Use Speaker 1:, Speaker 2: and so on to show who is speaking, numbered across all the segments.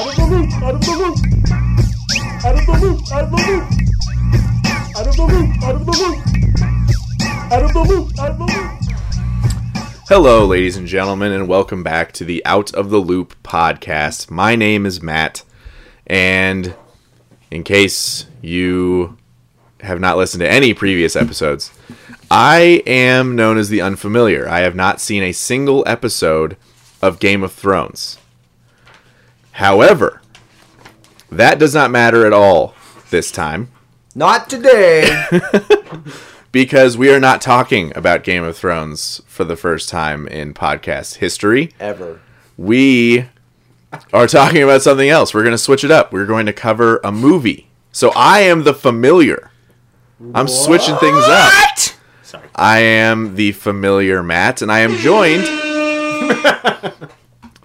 Speaker 1: out of the loop, out of the loop, out of the loop, out of the loop, out of the loop, out of the loop, out of the loop.
Speaker 2: Hello, ladies and gentlemen, and welcome back to the Out of the Loop podcast. My name is Matt, and in case you have not listened to any previous episodes, I am known as the unfamiliar. I have not seen a single episode of Game of Thrones. However, that does not matter at all this time
Speaker 3: Not today.
Speaker 2: because we are not talking about Game of Thrones for the first time in podcast history.
Speaker 3: Ever.
Speaker 2: we are talking about something else. We're going to switch it up. We're going to cover a movie. So I am the familiar. I'm switching things up.
Speaker 3: Sorry.
Speaker 2: I am the familiar Matt, and I am joined.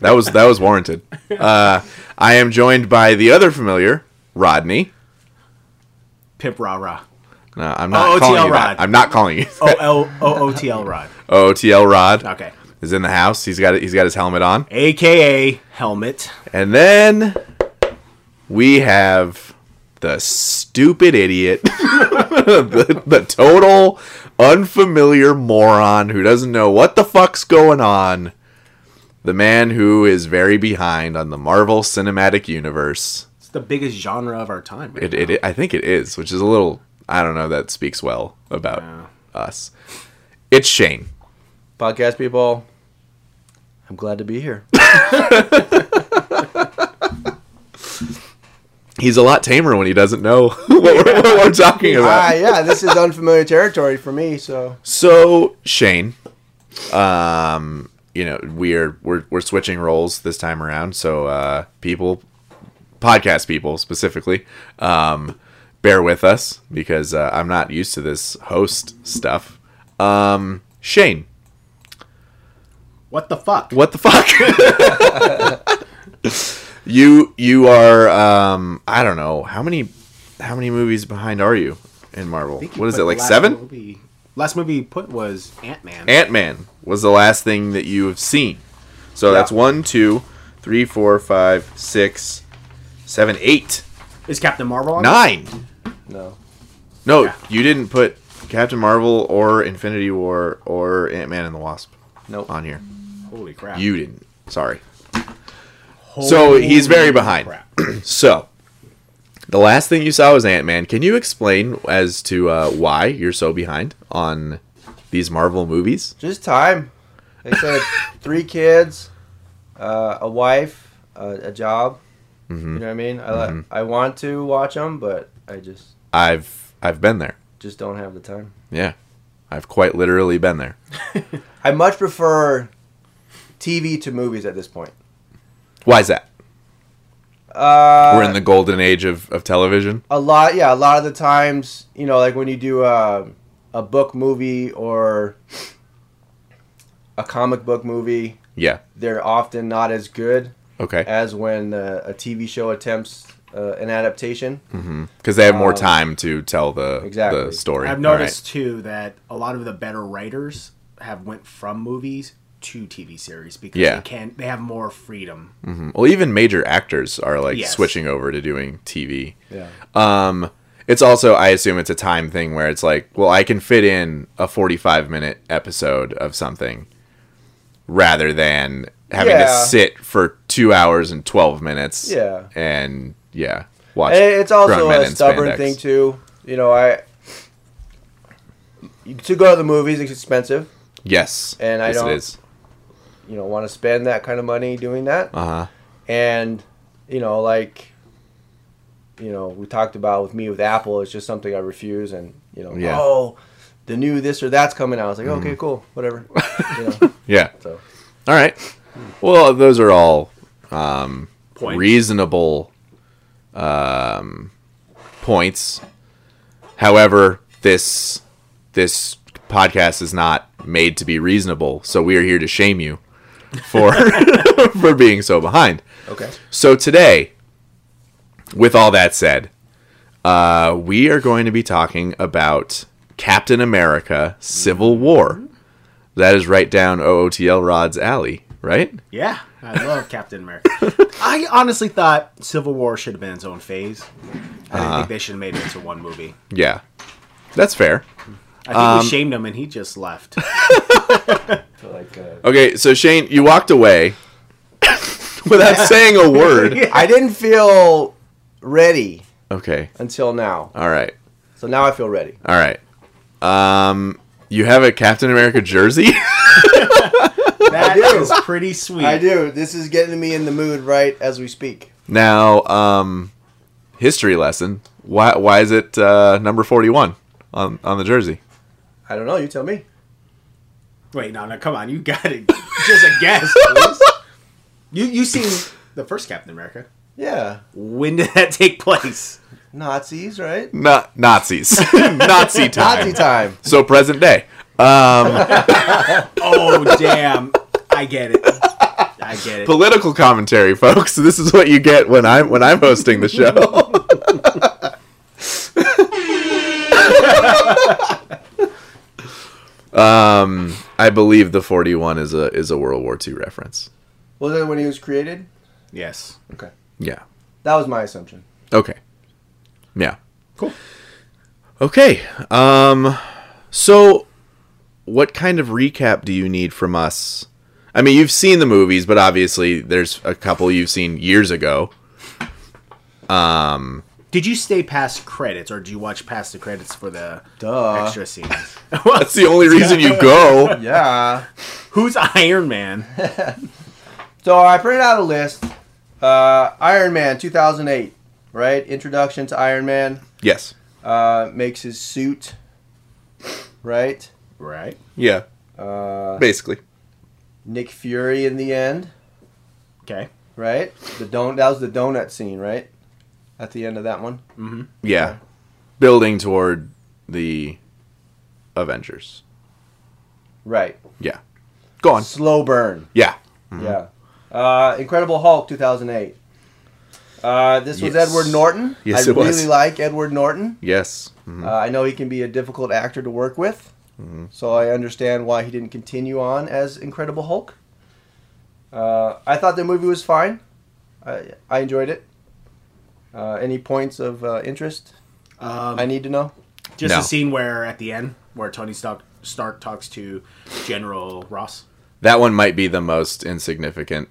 Speaker 2: that was that was warranted. Uh, I am joined by the other familiar, Rodney.
Speaker 4: Pip Rah Rah.
Speaker 2: No, I'm not
Speaker 4: OOTL
Speaker 2: calling you
Speaker 4: Rod.
Speaker 2: that. I'm not calling you.
Speaker 4: O L O O T L Rod.
Speaker 2: OTL Rod
Speaker 4: Okay.
Speaker 2: is in the house. He's got he's got his helmet on.
Speaker 4: AKA Helmet.
Speaker 2: And then we have the stupid idiot, the, the total unfamiliar moron who doesn't know what the fuck's going on, the man who is very behind on the Marvel Cinematic Universe.
Speaker 4: It's the biggest genre of our time. man.
Speaker 2: It, it, I think it is, which is a little, I don't know, that speaks well about us. It's Shane.
Speaker 3: Podcast people, I'm glad to be here.
Speaker 2: He's a lot tamer when he doesn't know what, we're, what we're talking about.
Speaker 3: Ah, yeah, this is unfamiliar territory for me, so.
Speaker 2: So Shane, um, you know we're we're we're switching roles this time around. So uh, people, podcast people specifically, um, bear with us because uh, I'm not used to this host stuff. Um, Shane,
Speaker 4: What the fuck?
Speaker 2: what the fuck? you you are um, I don't know how many how many movies behind are you in Marvel? What is
Speaker 4: But
Speaker 2: it like
Speaker 4: last
Speaker 2: seven?
Speaker 4: Movie, last movie he put was Ant Man.
Speaker 2: Ant Man was the last thing that you have seen. So that's one, two, three, four, five, six, seven, eight,
Speaker 4: Is Captain Marvel on? it?
Speaker 2: nine.
Speaker 3: No.
Speaker 2: No,
Speaker 4: Yeah.
Speaker 2: you didn't put Captain Marvel or Infinity War or Ant Man and the Wasp
Speaker 3: Nope.
Speaker 2: on here.
Speaker 4: Holy crap.
Speaker 2: You didn't. Sorry.
Speaker 4: Holy
Speaker 2: So he's very behind.
Speaker 4: crap.
Speaker 2: So the last thing you saw was Ant Man. Can you explain as to uh, why you're so behind on these Marvel movies?
Speaker 3: Just time. They said three kids, uh, a wife, uh, a job. You know what I mean? I, li- I want to watch them, but I just
Speaker 2: I've I've been there.
Speaker 3: just don't have the time.
Speaker 2: Yeah, I've quite literally been there.
Speaker 3: I much prefer TV to movies at this point.
Speaker 2: Why is that?
Speaker 3: Uh,
Speaker 2: We're in the golden age of, of television.
Speaker 3: a lot yeah a lot of the times you know like when you do a, a book movie or a comic book movie
Speaker 2: Yeah.
Speaker 3: they're often not as good
Speaker 2: Okay.
Speaker 3: as when uh, a tv show attempts uh, an adaptation
Speaker 2: Because they have more
Speaker 3: Um,
Speaker 2: time to tell the the
Speaker 3: exactly.
Speaker 2: story.
Speaker 4: I've
Speaker 2: All right.
Speaker 4: noticed too that a lot of the better writers have went from movies to TV series because
Speaker 2: Yeah.
Speaker 4: they can they have more freedom.
Speaker 2: Mhm. Well, even major actors are like
Speaker 4: Yes.
Speaker 2: switching over to doing TV.
Speaker 3: yeah
Speaker 2: Um, it's also I assume it's a time thing where it's like, well, I can fit in a forty-five minute episode of something rather than having
Speaker 3: Yeah.
Speaker 2: to sit for two hours and twelve minutes.
Speaker 3: Yeah.
Speaker 2: And yeah, watch.
Speaker 3: and Eh, it's also
Speaker 2: grown men
Speaker 3: a
Speaker 2: in
Speaker 3: stubborn
Speaker 2: spandex.
Speaker 3: thing too you know i to go to the movies is expensive
Speaker 2: Yes.
Speaker 3: And I
Speaker 2: yes,
Speaker 3: don't-
Speaker 2: It is.
Speaker 3: you know want to spend that kind of money doing that
Speaker 2: Uh huh.
Speaker 3: and you know like you know we talked about with me with apple it's just something i refuse and you know
Speaker 2: Yeah. Mm-hmm.
Speaker 3: oh the new this or that's coming out i was like okay cool whatever you know,
Speaker 2: Yeah.
Speaker 3: so
Speaker 2: All right. Well, those are all um,
Speaker 4: Points.
Speaker 2: reasonable um, points. However, this this podcast is not made to be reasonable, so we are here to shame you for for being so behind.
Speaker 3: okay
Speaker 2: So today, with all that said, uh, we are going to be talking about Captain America: Civil War. That is right down OOTL Rod's alley. right?
Speaker 4: Yeah, I love Captain America. I honestly thought Civil War should have been its own phase. I didn't
Speaker 3: Uh-huh.
Speaker 4: think they should have made it into one movie.
Speaker 2: Yeah, that's fair.
Speaker 4: I think
Speaker 3: Um,
Speaker 4: we shamed him and he just left.
Speaker 3: So like, uh,
Speaker 2: Okay, so Shane, you walked away without saying a word.
Speaker 3: I didn't feel ready
Speaker 2: Okay,
Speaker 3: until now.
Speaker 2: all right,
Speaker 3: So now I feel ready.
Speaker 2: all right. Um, you have a Captain America jersey.
Speaker 4: That
Speaker 3: do.
Speaker 4: is pretty sweet.
Speaker 3: I do. This is getting me in the mood right as we speak.
Speaker 2: now, um, history lesson. Why why is it uh, number forty one on on the jersey?
Speaker 3: I don't know. You tell me.
Speaker 4: Wait, no, no, come on, you got it. Just a guess. please. you you seen the first Captain America?
Speaker 3: Yeah.
Speaker 4: When did that take place?
Speaker 3: Nazis, right?
Speaker 2: Na- Nazis, Nazi time.
Speaker 3: Nazi time.
Speaker 2: So present day. Um,
Speaker 4: Oh damn! I get it. I get it.
Speaker 2: political commentary, folks. This is what you get when I'm when I'm hosting the show. um, I believe the 41 is a is a World War II reference.
Speaker 3: Was it when he was created?
Speaker 4: Yes.
Speaker 3: Okay.
Speaker 2: Yeah.
Speaker 3: That was my assumption.
Speaker 2: Okay. Yeah.
Speaker 4: Cool.
Speaker 2: Okay. Um so what kind of recap do you need from us? I mean, you've seen the movies, but obviously there's a couple you've seen years ago.
Speaker 4: Did you stay past credits, or do you watch past the credits for the
Speaker 3: Duh.
Speaker 4: extra scenes?
Speaker 2: That's the only reason you go.
Speaker 3: Yeah.
Speaker 4: Who's Iron Man?
Speaker 3: So I printed out a list. Uh, Iron Man 2008, right? Introduction to Iron Man.
Speaker 2: Yes.
Speaker 3: Uh, makes his suit, right?
Speaker 4: Right.
Speaker 2: Yeah.
Speaker 3: Uh,
Speaker 2: Basically.
Speaker 3: Nick Fury in the end,
Speaker 4: Okay.
Speaker 3: right? The don- That was the donut scene, right? At the end of that one.
Speaker 2: Yeah. Building toward the Avengers.
Speaker 3: Right.
Speaker 2: Yeah. Go on.
Speaker 3: Slow burn.
Speaker 2: Yeah.
Speaker 3: Yeah. Uh, Incredible Hulk 2008. Uh, this was
Speaker 2: Yes.
Speaker 3: Edward Norton.
Speaker 2: Yes,
Speaker 3: I
Speaker 2: it was.
Speaker 3: really like Edward Norton.
Speaker 2: Yes. Mhm.
Speaker 3: Uh, I know he can be a difficult actor to work with, so I understand why he didn't continue on as Incredible Hulk. Uh, I thought the movie was fine. I, I enjoyed it. Uh, any points of uh, interest
Speaker 4: Um,
Speaker 3: I need to know?
Speaker 4: just
Speaker 2: No.
Speaker 4: a scene where at the end where Tony Stark, Stark talks to General Ross.
Speaker 2: That one might be the most insignificant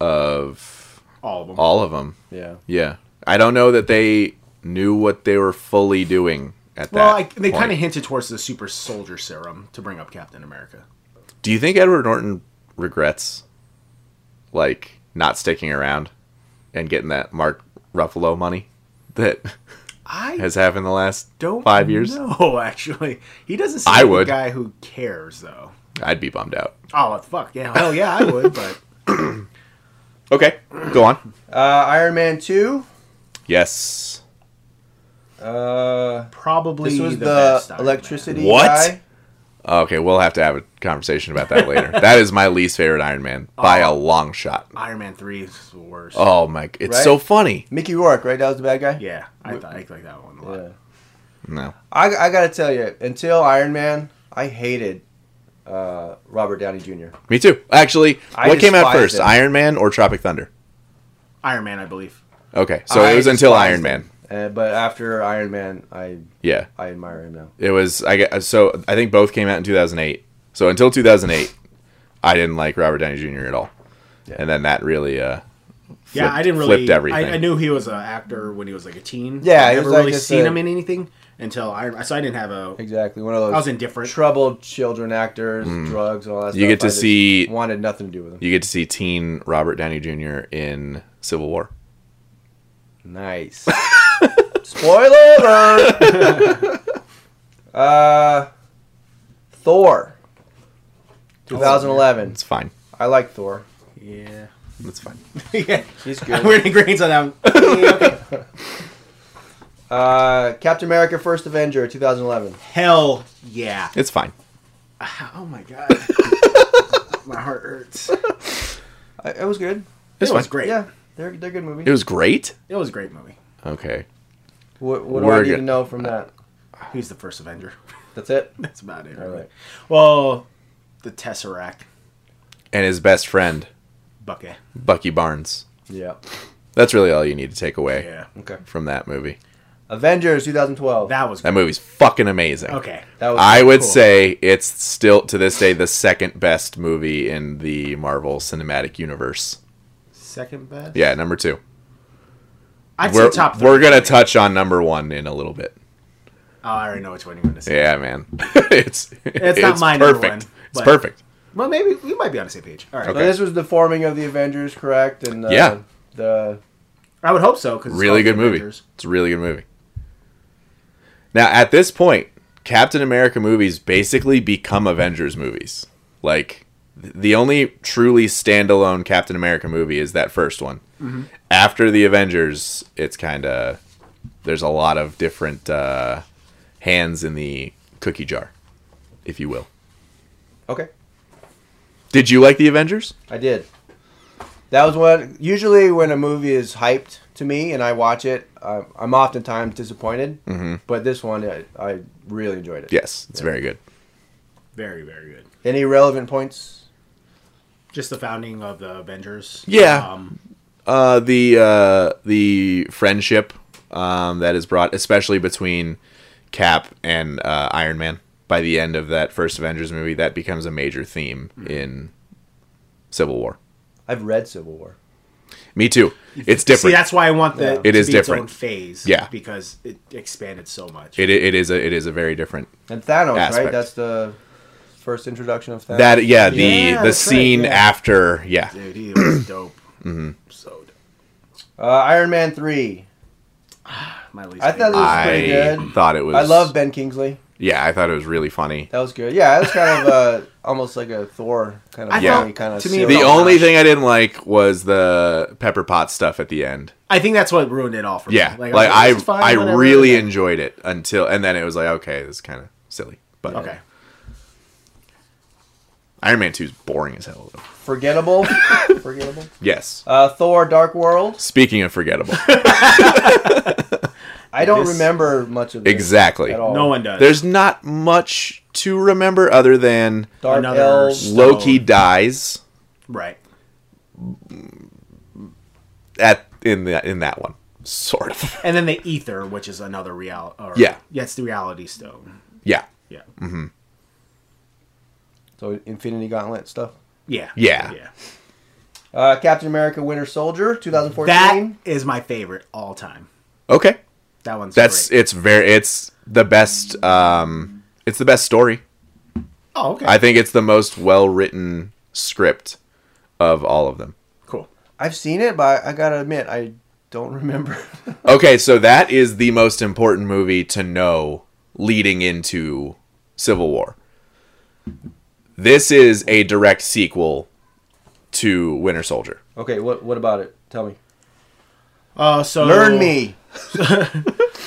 Speaker 2: of
Speaker 4: All of them.
Speaker 2: all of them.
Speaker 3: Yeah.
Speaker 2: Yeah. I don't know that they knew what they were fully doing at that.
Speaker 4: well, I, they
Speaker 2: point.
Speaker 4: kind of hinted towards the super soldier serum to bring up Captain America.
Speaker 2: Do you think Edward Norton regrets like not sticking around and getting that Mark Ruffalo money that
Speaker 4: I
Speaker 2: has happened the last
Speaker 4: don't
Speaker 2: five years?
Speaker 4: No, actually, he doesn't seem
Speaker 2: I
Speaker 4: like
Speaker 2: would.
Speaker 4: a guy who cares though.
Speaker 2: I'd be bummed out.
Speaker 4: Oh fuck yeah! Hell yeah, I would. But
Speaker 2: Okay, go on.
Speaker 3: Uh, Iron Man 2.
Speaker 2: Yes.
Speaker 3: Uh,
Speaker 4: probably
Speaker 3: this was
Speaker 4: the,
Speaker 3: the,
Speaker 4: best Iron Man.
Speaker 3: electricity
Speaker 2: What?
Speaker 3: guy.
Speaker 2: Okay, we'll have to have a conversation about that later. that is my least favorite Iron Man by a long shot.
Speaker 4: Iron Man three is the worst.
Speaker 2: Oh my, it's
Speaker 3: Right?
Speaker 2: so funny.
Speaker 3: Mickey Rourke, right? That was the bad guy?
Speaker 4: Yeah, I thought I like that one a lot.
Speaker 3: Yeah.
Speaker 2: No.
Speaker 3: I, I gotta tell you, until Iron Man, I hated uh, Robert Downey Jr.
Speaker 2: Me too. Actually,
Speaker 3: I
Speaker 2: what came out
Speaker 3: despise
Speaker 2: first,
Speaker 3: him.
Speaker 2: Iron Man or Tropic Thunder?
Speaker 4: Iron Man, I believe.
Speaker 2: Okay, so
Speaker 3: I
Speaker 2: it was until
Speaker 3: despised
Speaker 2: Iron
Speaker 3: him.
Speaker 2: Man.
Speaker 3: Uh, but after Iron Man, I
Speaker 2: Yeah,
Speaker 3: I admire him now.
Speaker 2: it was. I gue- so I think both came out in 2008. So until 2008, I didn't like Robert Downey Jr. at all,
Speaker 3: Yeah.
Speaker 2: and then that really. Uh,
Speaker 4: Yeah,
Speaker 2: flipped-
Speaker 4: I didn't really.
Speaker 2: flipped everything.
Speaker 4: I, I knew he was an actor when he was like a teen.
Speaker 3: Yeah,
Speaker 4: I
Speaker 3: he
Speaker 4: never
Speaker 3: was like
Speaker 4: really
Speaker 3: just
Speaker 4: seen
Speaker 3: a-
Speaker 4: him in anything until Iron. So I didn't have a.
Speaker 3: Exactly, one of those
Speaker 4: I was indifferent.
Speaker 3: troubled children actors, drugs, and all
Speaker 2: Mm.
Speaker 3: that.
Speaker 2: You
Speaker 3: stuff.
Speaker 2: get to
Speaker 3: I just
Speaker 2: see-
Speaker 3: wanted nothing to do with him.
Speaker 2: you get to see teen Robert Downey Jr. in Civil War.
Speaker 3: Nice. Spoiler alert. uh, Thor. 2011.
Speaker 4: Oh,
Speaker 2: It's fine.
Speaker 3: I like Thor.
Speaker 4: Yeah.
Speaker 2: It's fine.
Speaker 4: yeah.
Speaker 3: He's good.
Speaker 4: We're in agreement on that. one.
Speaker 3: Uh, Captain America: First Avenger, 2011.
Speaker 4: Hell yeah.
Speaker 2: It's fine.
Speaker 4: Oh my god. my heart hurts. It
Speaker 3: I, it was good.
Speaker 2: It's
Speaker 4: was
Speaker 2: fine.
Speaker 4: great.
Speaker 3: Yeah, they're they're good movies.
Speaker 2: It was great.
Speaker 4: It was a great movie.
Speaker 2: Okay.
Speaker 3: What, what do
Speaker 2: We're
Speaker 3: I need
Speaker 2: good.
Speaker 3: to know from that?
Speaker 4: He's the first Avenger.
Speaker 3: That's it.
Speaker 4: That's about it.
Speaker 3: All
Speaker 4: Really.
Speaker 3: right.
Speaker 4: Well, the Tesseract.
Speaker 2: and his best friend
Speaker 4: Bucky.
Speaker 2: Bucky Barnes.
Speaker 3: Yeah.
Speaker 2: That's really all you need to take away
Speaker 4: Yeah.
Speaker 3: Okay.
Speaker 2: from that movie.
Speaker 3: Avengers 2012.
Speaker 4: That was
Speaker 2: That movie's fucking amazing.
Speaker 4: okay.
Speaker 3: That was
Speaker 2: I would
Speaker 4: Cool.
Speaker 2: say it's still to this day the second best movie in the Marvel Cinematic Universe.
Speaker 4: Second best.
Speaker 2: Yeah, number two.
Speaker 4: I'd
Speaker 2: We're,
Speaker 4: say top.
Speaker 2: we're
Speaker 4: three.
Speaker 2: gonna touch on number one in a little bit.
Speaker 4: Oh, I already know which one you're gonna say.
Speaker 2: Yeah, man. it's
Speaker 4: It's not my number
Speaker 2: perfect.
Speaker 4: one,
Speaker 2: it's
Speaker 4: but-
Speaker 2: perfect.
Speaker 4: Well, maybe we might be on the same page. All right.
Speaker 2: Okay.
Speaker 3: So this was the forming of the Avengers, correct? And uh,
Speaker 2: Yeah.
Speaker 3: The
Speaker 4: I would hope so. Cause it's
Speaker 2: Really
Speaker 4: called The
Speaker 2: good movie.
Speaker 4: Avengers.
Speaker 2: It's a really good movie. Now at this point, Captain America movies basically become Avengers movies. Like th- the only truly standalone Captain America movie is that first one. After the Avengers, it's kind of there's a lot of different uh, hands in the cookie jar, if you will.
Speaker 3: okay,
Speaker 2: Did you like the Avengers?
Speaker 3: I did. That was when usually when a movie is hyped to me and I watch it, uh, I'm oftentimes disappointed. Mm-hmm. But this one, I, I really enjoyed it.
Speaker 2: Yes, it's very good.
Speaker 4: Very, very good.
Speaker 3: Any relevant points?
Speaker 4: Just the founding of the Avengers.
Speaker 2: Yeah.
Speaker 4: Um,
Speaker 2: Uh, the uh, the friendship um, that is brought, especially between Cap and uh, Iron Man, by the end of that first Avengers movie, that becomes a major theme
Speaker 4: Hmm.
Speaker 2: in Civil War.
Speaker 3: I've read Civil War.
Speaker 2: Me too. It's
Speaker 4: see,
Speaker 2: different.
Speaker 4: that's why I want the
Speaker 3: Yeah.
Speaker 2: It
Speaker 4: to
Speaker 2: is
Speaker 4: be its
Speaker 2: different.
Speaker 4: own phase.
Speaker 2: Yeah.
Speaker 4: Because it expanded so much.
Speaker 2: It, it is a it is a very different
Speaker 3: And Thanos,
Speaker 2: Aspect.
Speaker 3: right? That's the first introduction of Thanos.
Speaker 2: that yeah the
Speaker 4: Yeah,
Speaker 2: the
Speaker 4: that's
Speaker 2: scene
Speaker 3: right, yeah.
Speaker 2: after yeah
Speaker 4: Dude, he was dope.
Speaker 2: Mm-hmm.
Speaker 4: So dope.
Speaker 3: uh, Iron Man three.
Speaker 4: My least.
Speaker 3: I thought
Speaker 4: favorite.
Speaker 3: it was pretty
Speaker 2: I
Speaker 3: good.
Speaker 2: thought it was
Speaker 3: I love Ben Kingsley.
Speaker 2: yeah I thought it was really funny.
Speaker 3: That was good. Yeah, it was kind of uh, almost like a Thor kind of
Speaker 4: I
Speaker 2: Yeah.
Speaker 3: funny kind of.
Speaker 4: to me,
Speaker 3: silly.
Speaker 2: The
Speaker 4: felt
Speaker 2: only
Speaker 4: rushed.
Speaker 2: thing I didn't like was the Pepper Pot stuff at the end.
Speaker 4: I think that's what ruined it all for
Speaker 2: Yeah,
Speaker 4: me.
Speaker 2: like,
Speaker 4: was
Speaker 2: I
Speaker 4: "This is fine,
Speaker 2: I
Speaker 4: whatever."
Speaker 2: really
Speaker 4: Yeah.
Speaker 2: enjoyed it until and then it was like okay, this is kind of silly. But
Speaker 4: Okay.
Speaker 2: Iron Man Two is boring as hell. Though.
Speaker 3: forgettable. forgettable.
Speaker 2: Yes.
Speaker 3: Uh, Thor: Dark World.
Speaker 2: Speaking of forgettable,
Speaker 3: I don't
Speaker 4: This-
Speaker 3: remember much of this
Speaker 2: exactly.
Speaker 3: at all.
Speaker 4: No one does.
Speaker 2: There's not much to remember other than
Speaker 3: Dark
Speaker 4: Another
Speaker 3: Elves.
Speaker 4: Stone.
Speaker 2: Loki dies
Speaker 4: right.
Speaker 2: at in the in that one, sort of.
Speaker 4: And then the ether, which is another real. Or,
Speaker 2: Yeah. Mm-hmm.
Speaker 4: Yeah, it's the reality stone.
Speaker 2: Yeah.
Speaker 4: Yeah.
Speaker 3: So Infinity Gauntlet stuff.
Speaker 4: Yeah.
Speaker 2: Yeah.
Speaker 4: Yeah.
Speaker 3: Uh, Captain America: Winter Soldier, 2014.
Speaker 4: That is my favorite all time.
Speaker 2: Okay.
Speaker 4: That one's
Speaker 2: That's
Speaker 4: great.
Speaker 2: it's very it's the best um it's the best story.
Speaker 4: Oh, okay.
Speaker 2: I think it's the most well written script of all of them.
Speaker 4: cool.
Speaker 3: I've seen it, but I gotta admit, I don't remember.
Speaker 2: Okay, so that is the most important movie to know leading into Civil War. This is a direct sequel to Winter Soldier.
Speaker 3: okay, what what about it? Tell me.
Speaker 4: Uh, so
Speaker 3: Learn me.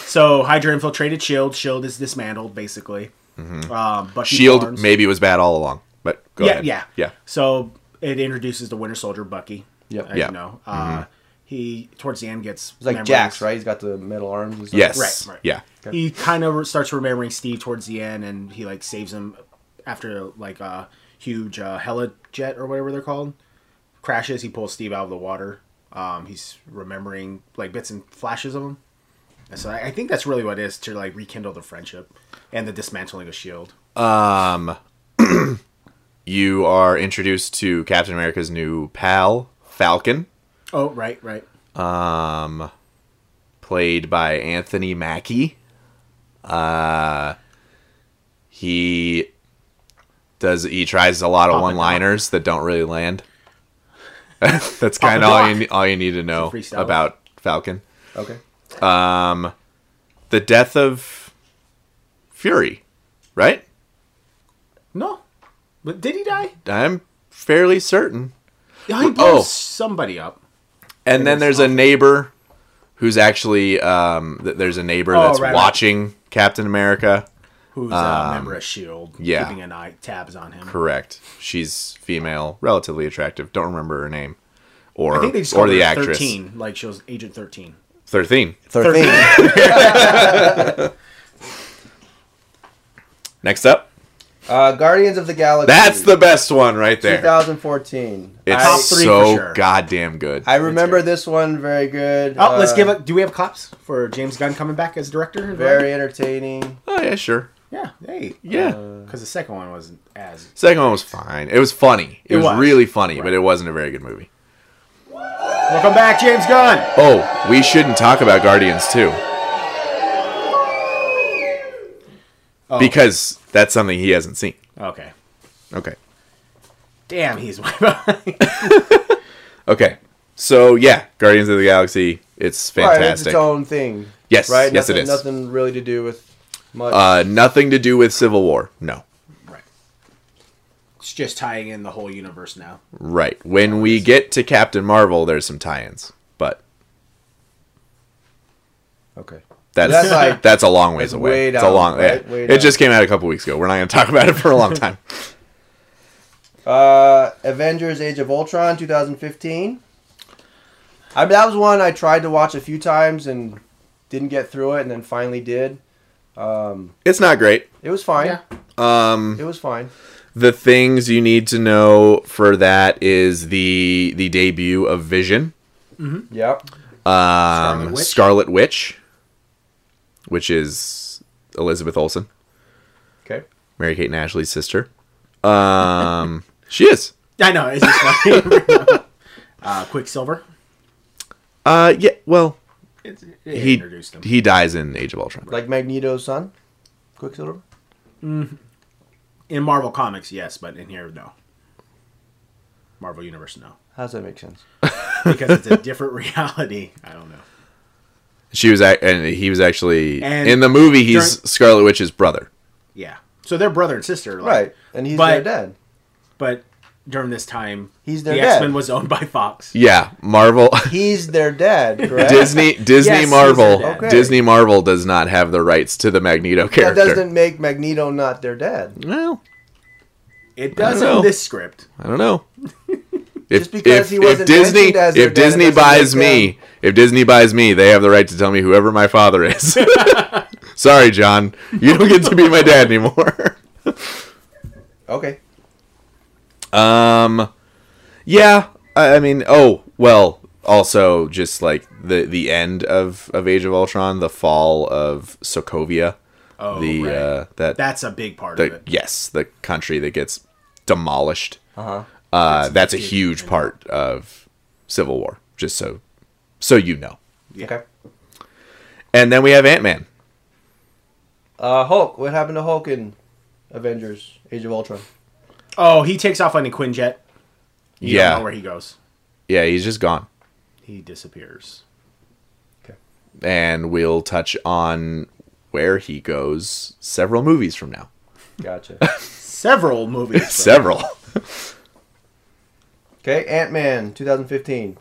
Speaker 4: So Hydra infiltrated Shield. Shield is dismantled basically.
Speaker 3: Mm-hmm.
Speaker 4: Um, Bucky
Speaker 2: Shield
Speaker 4: Barnes-
Speaker 2: E maybe was bad all along, but go
Speaker 4: yeah,
Speaker 2: ahead.
Speaker 4: yeah,
Speaker 2: yeah.
Speaker 4: So it introduces the Winter Soldier, Bucky.
Speaker 3: Yep. Mm-hmm.
Speaker 4: as
Speaker 2: Yeah.
Speaker 4: You know, uh, he towards the end gets
Speaker 3: It's like
Speaker 4: memories.
Speaker 3: Jax, right? He's got the metal arms. And stuff.
Speaker 2: Yes.
Speaker 4: Right, right.
Speaker 2: Yeah.
Speaker 4: He kind of starts remembering Steve towards the end, and he like saves him after like a huge uh, heli jet or whatever they're called crashes. He pulls Steve out of the water. Um, he's remembering like bits and flashes of him. And so I, I think that's really what it is to like rekindle the friendship and the dismantling of Shield.
Speaker 2: You are introduced to Captain America's new pal, Falcon,
Speaker 4: Oh, right, right.
Speaker 2: played by Anthony Mackie. Uh he does he tries a lot of
Speaker 4: Pop it
Speaker 2: one-liners that don't really land. That's kind of all you ne- all you need to know
Speaker 4: It's a freestyle.
Speaker 2: about Falcon.
Speaker 3: Okay.
Speaker 2: The death of Fury, right?
Speaker 4: No, but did he die?
Speaker 2: I'm fairly certain.
Speaker 4: Yeah, he
Speaker 2: Oh.
Speaker 4: blows somebody up.
Speaker 2: And then there's a neighbor who's actually um th- there's a neighbor
Speaker 4: Oh,
Speaker 2: that's
Speaker 4: right, right.
Speaker 2: watching Captain America.
Speaker 4: Who's uh, a member of Shield?
Speaker 2: Um, yeah.
Speaker 4: keeping an eye tabs on him.
Speaker 2: Correct. She's female, relatively attractive. Don't remember her name, or
Speaker 4: I think they just
Speaker 2: or
Speaker 4: called
Speaker 2: the
Speaker 4: her
Speaker 2: actress.
Speaker 4: thirteen, like she was Agent Thirteen.
Speaker 2: Thirteen. Next up,
Speaker 3: Uh, Guardians of the Galaxy.
Speaker 2: That's the best one right there.
Speaker 3: 2014.
Speaker 2: It's
Speaker 4: Top
Speaker 3: I,
Speaker 4: three for
Speaker 2: so
Speaker 4: sure.
Speaker 2: goddamn good.
Speaker 3: I remember
Speaker 4: It's
Speaker 3: this one very good.
Speaker 4: Oh, let's
Speaker 3: uh,
Speaker 4: give it. Do we have claps for James Gunn coming back as director?
Speaker 3: Very entertaining.
Speaker 2: oh yeah, sure.
Speaker 4: Yeah. Hey.
Speaker 2: Yeah.
Speaker 4: Because the second one wasn't as.
Speaker 2: Second one was fine. It was funny. It,
Speaker 4: It
Speaker 2: was,
Speaker 4: was.
Speaker 2: really funny, but it wasn't a very good movie.
Speaker 4: Welcome back, James Gunn.
Speaker 2: Oh, we shouldn't talk about Guardians too.
Speaker 4: Oh.
Speaker 2: Because that's something he hasn't seen.
Speaker 4: Okay.
Speaker 2: Okay.
Speaker 4: Damn, he's way behind.
Speaker 2: Okay. So yeah, Guardians of the Galaxy, it's
Speaker 3: Right, it's
Speaker 2: fantastic.
Speaker 3: its own thing.
Speaker 2: yes,
Speaker 3: Right?
Speaker 2: yes
Speaker 3: nothing,
Speaker 2: it is. Nothing.
Speaker 3: Nothing really to do with much.
Speaker 2: Uh, nothing to do with Civil War. No.
Speaker 4: right. It's just tying in the whole universe now.
Speaker 2: Right. When we get to Captain Marvel, there's some tie-ins, but
Speaker 3: okay.
Speaker 2: that's
Speaker 3: That's
Speaker 2: that's,
Speaker 3: like-
Speaker 2: a long ways
Speaker 3: that's
Speaker 2: away.
Speaker 3: way
Speaker 2: it's a
Speaker 3: down,
Speaker 2: long.
Speaker 3: right?
Speaker 2: yeah.
Speaker 3: Way
Speaker 2: It
Speaker 3: down.
Speaker 2: just came out a couple weeks ago. We're not going to talk about it for a long time.
Speaker 3: Uh, Avengers: Age of Ultron, 2015. I mean, that was one I tried to watch a few times and didn't get through it, and then finally did. Um,
Speaker 2: it's not great.
Speaker 3: it was fine.
Speaker 4: Yeah.
Speaker 2: Um,
Speaker 3: It was fine.
Speaker 2: the things you need to know for that is the the debut of Vision,
Speaker 3: Yep.
Speaker 2: um, Scarlet
Speaker 4: Scarlet
Speaker 2: Witch,
Speaker 4: Witch.
Speaker 2: which is Elizabeth Olsen,
Speaker 3: Okay.
Speaker 2: Mary Kate and Ashley's sister. Um, she is.
Speaker 4: I know. It's just funny. uh, Quicksilver.
Speaker 2: Uh, yeah. Well,
Speaker 4: It's,
Speaker 2: he
Speaker 4: introduced him.
Speaker 2: he dies in Age of Ultron.
Speaker 3: Like Magneto's son, Quicksilver.
Speaker 4: in Marvel Comics, yes, but in here, no. Marvel Universe, no.
Speaker 3: How does that make sense?
Speaker 4: Because it's a different reality. I don't know.
Speaker 2: She was, ac- and he was actually
Speaker 4: And
Speaker 2: in the movie. He's
Speaker 4: during-
Speaker 2: Scarlet Witch's brother.
Speaker 4: Yeah. So they're brother and sister, like,
Speaker 3: Right. And he's
Speaker 4: But-
Speaker 3: their dad.
Speaker 4: But during this time,
Speaker 3: He's their
Speaker 4: the
Speaker 3: dad.
Speaker 4: X Men was owned by Fox.
Speaker 2: Yeah, Marvel,
Speaker 3: He's their dad, correct?
Speaker 2: Disney, Disney,
Speaker 4: Yes, he's
Speaker 2: Marvel,
Speaker 4: their dad.
Speaker 3: Okay.
Speaker 2: Disney, Marvel does not have the rights to the Magneto
Speaker 3: That
Speaker 2: character.
Speaker 3: doesn't make Magneto not their dad.
Speaker 2: well,
Speaker 4: It does
Speaker 2: know.
Speaker 4: in this script.
Speaker 2: I don't know. If,
Speaker 3: Just because
Speaker 2: if,
Speaker 3: he
Speaker 2: if
Speaker 3: wasn't
Speaker 2: Disney,
Speaker 3: mentioned as their
Speaker 2: if
Speaker 3: dad, it
Speaker 2: Disney
Speaker 3: doesn't
Speaker 2: buys
Speaker 3: make
Speaker 2: me, if Disney buys me, they have the right to tell me whoever my father is. Sorry, John, you don't get to be my dad anymore.
Speaker 3: Okay.
Speaker 2: Um, yeah, I, I mean, oh well. Also, just like the the end of of Age of Ultron, the fall of Sokovia,
Speaker 4: Oh,
Speaker 2: the
Speaker 4: right.
Speaker 2: uh, that,
Speaker 4: that's a big part of
Speaker 2: the
Speaker 4: it.
Speaker 2: yes, the country that gets demolished.
Speaker 3: Uh-huh.
Speaker 2: Uh, that's a huge part of Civil War. Just so so you know.
Speaker 3: Okay.
Speaker 2: And then we have Ant Man.
Speaker 3: Uh, Hulk. What happened to Hulk in Avengers: Age of Ultron?
Speaker 4: Oh, he takes off on a Quinjet. You yeah. don't know
Speaker 2: Yeah,
Speaker 4: where he goes.
Speaker 2: yeah, he's just gone.
Speaker 4: He disappears.
Speaker 2: And we'll touch on where he goes several movies from now.
Speaker 3: Gotcha.
Speaker 4: Several movies.
Speaker 2: Several.
Speaker 3: Okay, Ant Man, 2015.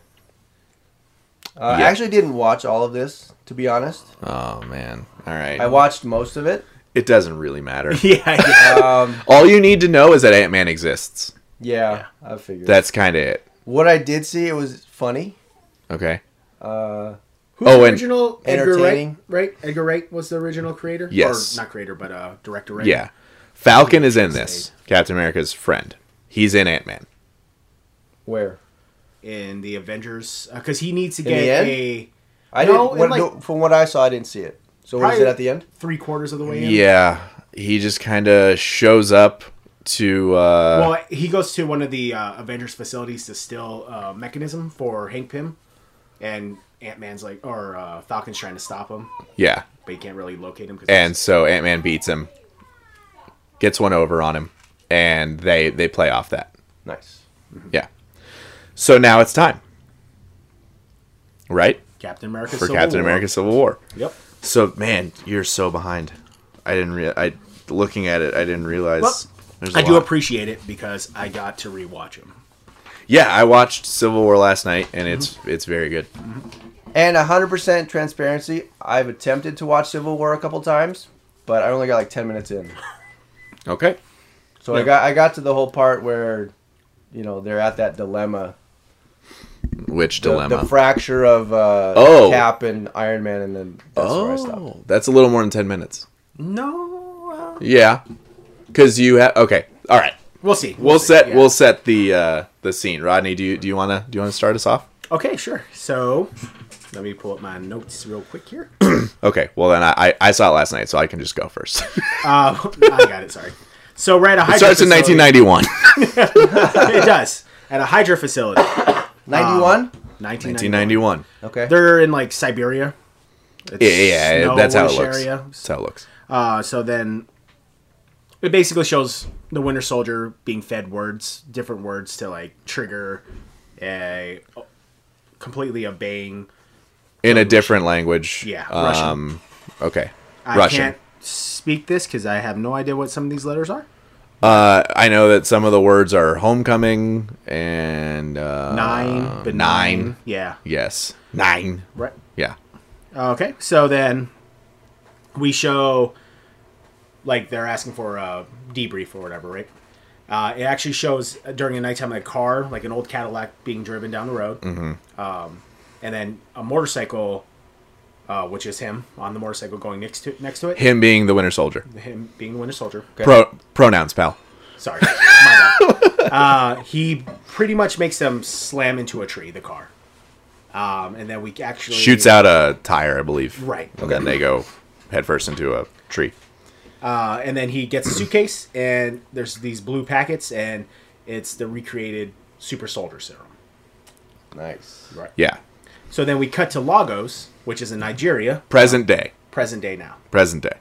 Speaker 3: Uh, I
Speaker 2: Yeah.
Speaker 3: actually didn't watch all of this, to be honest.
Speaker 2: Oh man. All right.
Speaker 3: I watched most of it.
Speaker 2: it doesn't really matter.
Speaker 4: yeah, yeah.
Speaker 3: Um,
Speaker 2: All you need to know is that Ant Man exists.
Speaker 3: yeah, I figured.
Speaker 2: That's kind of it.
Speaker 3: what I did see, it was funny.
Speaker 2: Okay.
Speaker 3: Uh,
Speaker 4: Who's
Speaker 2: Oh,
Speaker 4: the
Speaker 2: and-
Speaker 4: original Edgar Wright?
Speaker 3: Entertaining.
Speaker 4: Right? Edgar Wright was the original creator?
Speaker 2: Yes.
Speaker 4: Or not creator, but uh, director, right?
Speaker 2: Yeah. Falcon is in this. Captain America's friend. He's in Ant Man.
Speaker 3: where?
Speaker 4: In the Avengers. Because he needs to
Speaker 3: the
Speaker 4: get
Speaker 3: end?
Speaker 4: a
Speaker 3: I
Speaker 4: No,
Speaker 3: didn't. What,
Speaker 4: in, like-
Speaker 3: no, from what I saw, I didn't see it. So was it
Speaker 4: Probably-
Speaker 3: at the end?
Speaker 4: three quarters of the way in.
Speaker 2: Yeah. He just kind of shows up to. Uh,
Speaker 4: Well, he goes to one of the uh, Avengers facilities to steal uh, mechanism for Hank Pym, and Ant Man's like, or uh, Falcon's trying to stop him,
Speaker 2: yeah.
Speaker 4: but he can't really locate him. Cause
Speaker 2: And so Ant Man beats him, gets one over on him, and they they play off that.
Speaker 3: Nice.
Speaker 2: Yeah. So now it's time. Right?
Speaker 4: Captain America
Speaker 2: For Captain America Civil War.
Speaker 4: Yep.
Speaker 2: So man, you're so behind. I didn't re- I looking at it, I didn't realize.
Speaker 4: Well,
Speaker 2: there's a
Speaker 4: I do
Speaker 2: lot.
Speaker 4: appreciate it because I got to rewatch him.
Speaker 2: yeah, I watched Civil War last night, and it's
Speaker 4: Mm-hmm.
Speaker 2: it's very good.
Speaker 3: And 100% transparency, I've attempted to watch Civil War a couple times, but I only got like 10 minutes in.
Speaker 2: Okay.
Speaker 3: So I got I got to the whole part where, you know, they're at that dilemma
Speaker 2: Which
Speaker 3: the-
Speaker 2: dilemma?
Speaker 3: The, fracture of uh,
Speaker 2: Oh.
Speaker 3: Cap and Iron Man, and then that's where I stopped.
Speaker 2: oh, that's a little more than ten minutes.
Speaker 4: No. uh,
Speaker 2: Yeah, because you have okay. All right,
Speaker 4: We'll see.
Speaker 2: we'll, set
Speaker 4: yeah.
Speaker 2: we'll set the uh, the scene. Rodney, do you do you wanna do you wanna start us off?
Speaker 4: Okay, sure. So let me pull up my notes real quick here.
Speaker 2: Okay, well then I I, I saw it last night, so I can just go first.
Speaker 4: Uh, I got it. Sorry. So we're at a hydra.
Speaker 2: it starts in
Speaker 4: facility.
Speaker 2: 1991.
Speaker 4: it does at a hydra facility.
Speaker 3: 91?
Speaker 2: Ah.
Speaker 4: 1991.
Speaker 2: 1991.
Speaker 3: okay.
Speaker 4: They're in like Siberia. It's
Speaker 2: Yeah, yeah, yeah, that's how it
Speaker 4: snowish
Speaker 2: looks.
Speaker 4: area.
Speaker 2: That's how it looks.
Speaker 4: Uh, so then it basically shows the Winter Soldier being fed words, different words to like trigger a completely obeying.
Speaker 2: In a different language.
Speaker 4: Yeah, Russian.
Speaker 2: Um, okay.
Speaker 4: I
Speaker 2: Russian.
Speaker 4: can't speak this because I have no idea what some of these letters are.
Speaker 2: Uh, I know that some of the words are homecoming and uh,
Speaker 4: Nine, but
Speaker 2: nine.
Speaker 4: Yeah.
Speaker 2: Yes, nine.
Speaker 4: Right.
Speaker 2: Yeah.
Speaker 4: Okay, so then we show like they're asking for a debrief or whatever, right? Uh, it actually shows during the nighttime a car, like an old Cadillac, being driven down the road, um, and then a motorcycle, uh, which is him on the motorcycle going next to next to it.
Speaker 2: Him being the Winter Soldier.
Speaker 4: Him being the Winter Soldier.
Speaker 2: Pro- pronouns, pal.
Speaker 4: Sorry, my bad. Uh, he pretty much makes them slam into a tree. The car, um, and then we actually
Speaker 2: Shoots out a tire, I believe.
Speaker 4: Right.
Speaker 2: And then they go headfirst into a tree.
Speaker 4: Uh, and then he gets a suitcase, and there's these blue packets, and it's the recreated super soldier serum.
Speaker 3: Nice.
Speaker 4: Right.
Speaker 2: Yeah.
Speaker 4: So then we cut to Lagos, which is in Nigeria,
Speaker 2: Present day.
Speaker 4: present day now.
Speaker 2: Present day.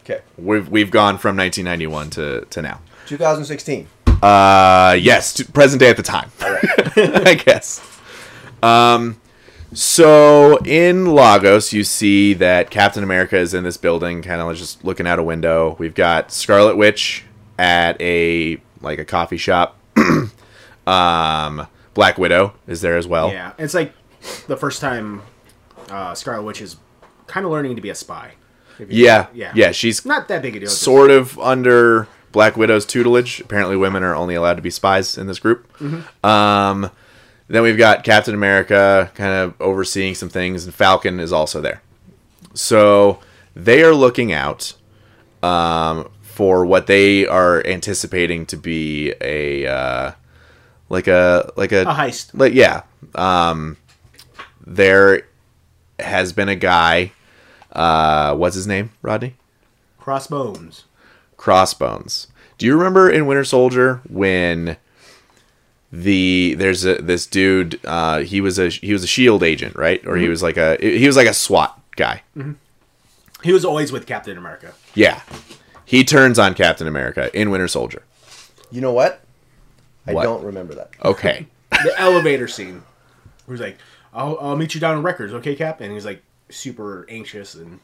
Speaker 3: Okay.
Speaker 2: We've we've gone from 1991 to to now.
Speaker 3: 2016.
Speaker 2: Uh, yes, t- present day at the time. I guess. Um, so in Lagos, you see that Captain America is in this building, kind of just looking out a window. We've got Scarlet Witch at a like a coffee shop. um, Black Widow is there as well.
Speaker 4: Yeah, it's like the first time uh, Scarlet Witch is kind of learning to be a spy. If you-
Speaker 2: yeah,
Speaker 4: yeah,
Speaker 2: yeah. She's
Speaker 4: Not that big a deal. just-
Speaker 2: sort of under Black Widow's tutelage. Apparently, women are only allowed to be spies in this group. Um, then we've got Captain America kind of overseeing some things, and Falcon is also there. So they are looking out um, for what they are anticipating to be a uh, like a like a,
Speaker 4: A heist.
Speaker 2: Like yeah, um, there has been a guy. Uh, what's his name? Rodney.
Speaker 4: Crossbones.
Speaker 2: Crossbones. Do you remember in Winter Soldier when the there's a this dude uh, he was a he was a Shield E agent right or he was like a he was like a SWAT guy
Speaker 4: He was always with Captain America.
Speaker 2: yeah he turns on Captain America in Winter Soldier
Speaker 3: You know what? I
Speaker 2: What?
Speaker 3: don't remember that.
Speaker 2: okay
Speaker 4: The elevator scene. He was like, I'll, I'll meet you down in records, okay, Cap? And he's like super anxious, and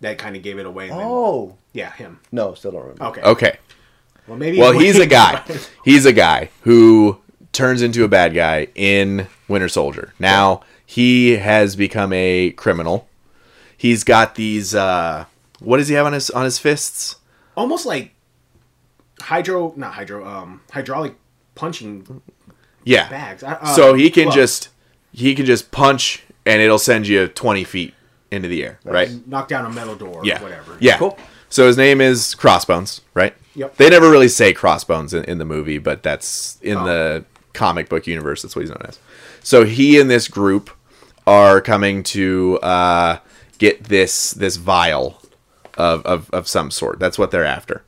Speaker 4: that kind of gave it away. and then-
Speaker 3: Oh.
Speaker 4: Yeah, him.
Speaker 3: No, still don't
Speaker 2: Oh.
Speaker 3: remember.
Speaker 4: Okay.
Speaker 2: okay
Speaker 4: Well, maybe.
Speaker 2: well he's a guy he's a guy who turns into a bad guy in Winter Soldier now he has become a criminal he's got these uh, what does he have on his on his fists
Speaker 4: Almost like hydro, not hydro, um, hydraulic punching
Speaker 2: yeah
Speaker 4: bags. I- uh,
Speaker 2: so he can
Speaker 4: gloves.
Speaker 2: just he can just punch and it'll send you 20 feet into the air right
Speaker 4: knock down a metal door.
Speaker 2: yeah
Speaker 4: Or whatever.
Speaker 2: yeah
Speaker 3: Cool.
Speaker 2: so his name is crossbones right
Speaker 4: Yep.
Speaker 2: they never really say crossbones in, in the movie but that's in
Speaker 4: Oh.
Speaker 2: the comic book universe that's what he's known as so he and this group are coming to uh, get this this vial of, of, of some sort that's what they're after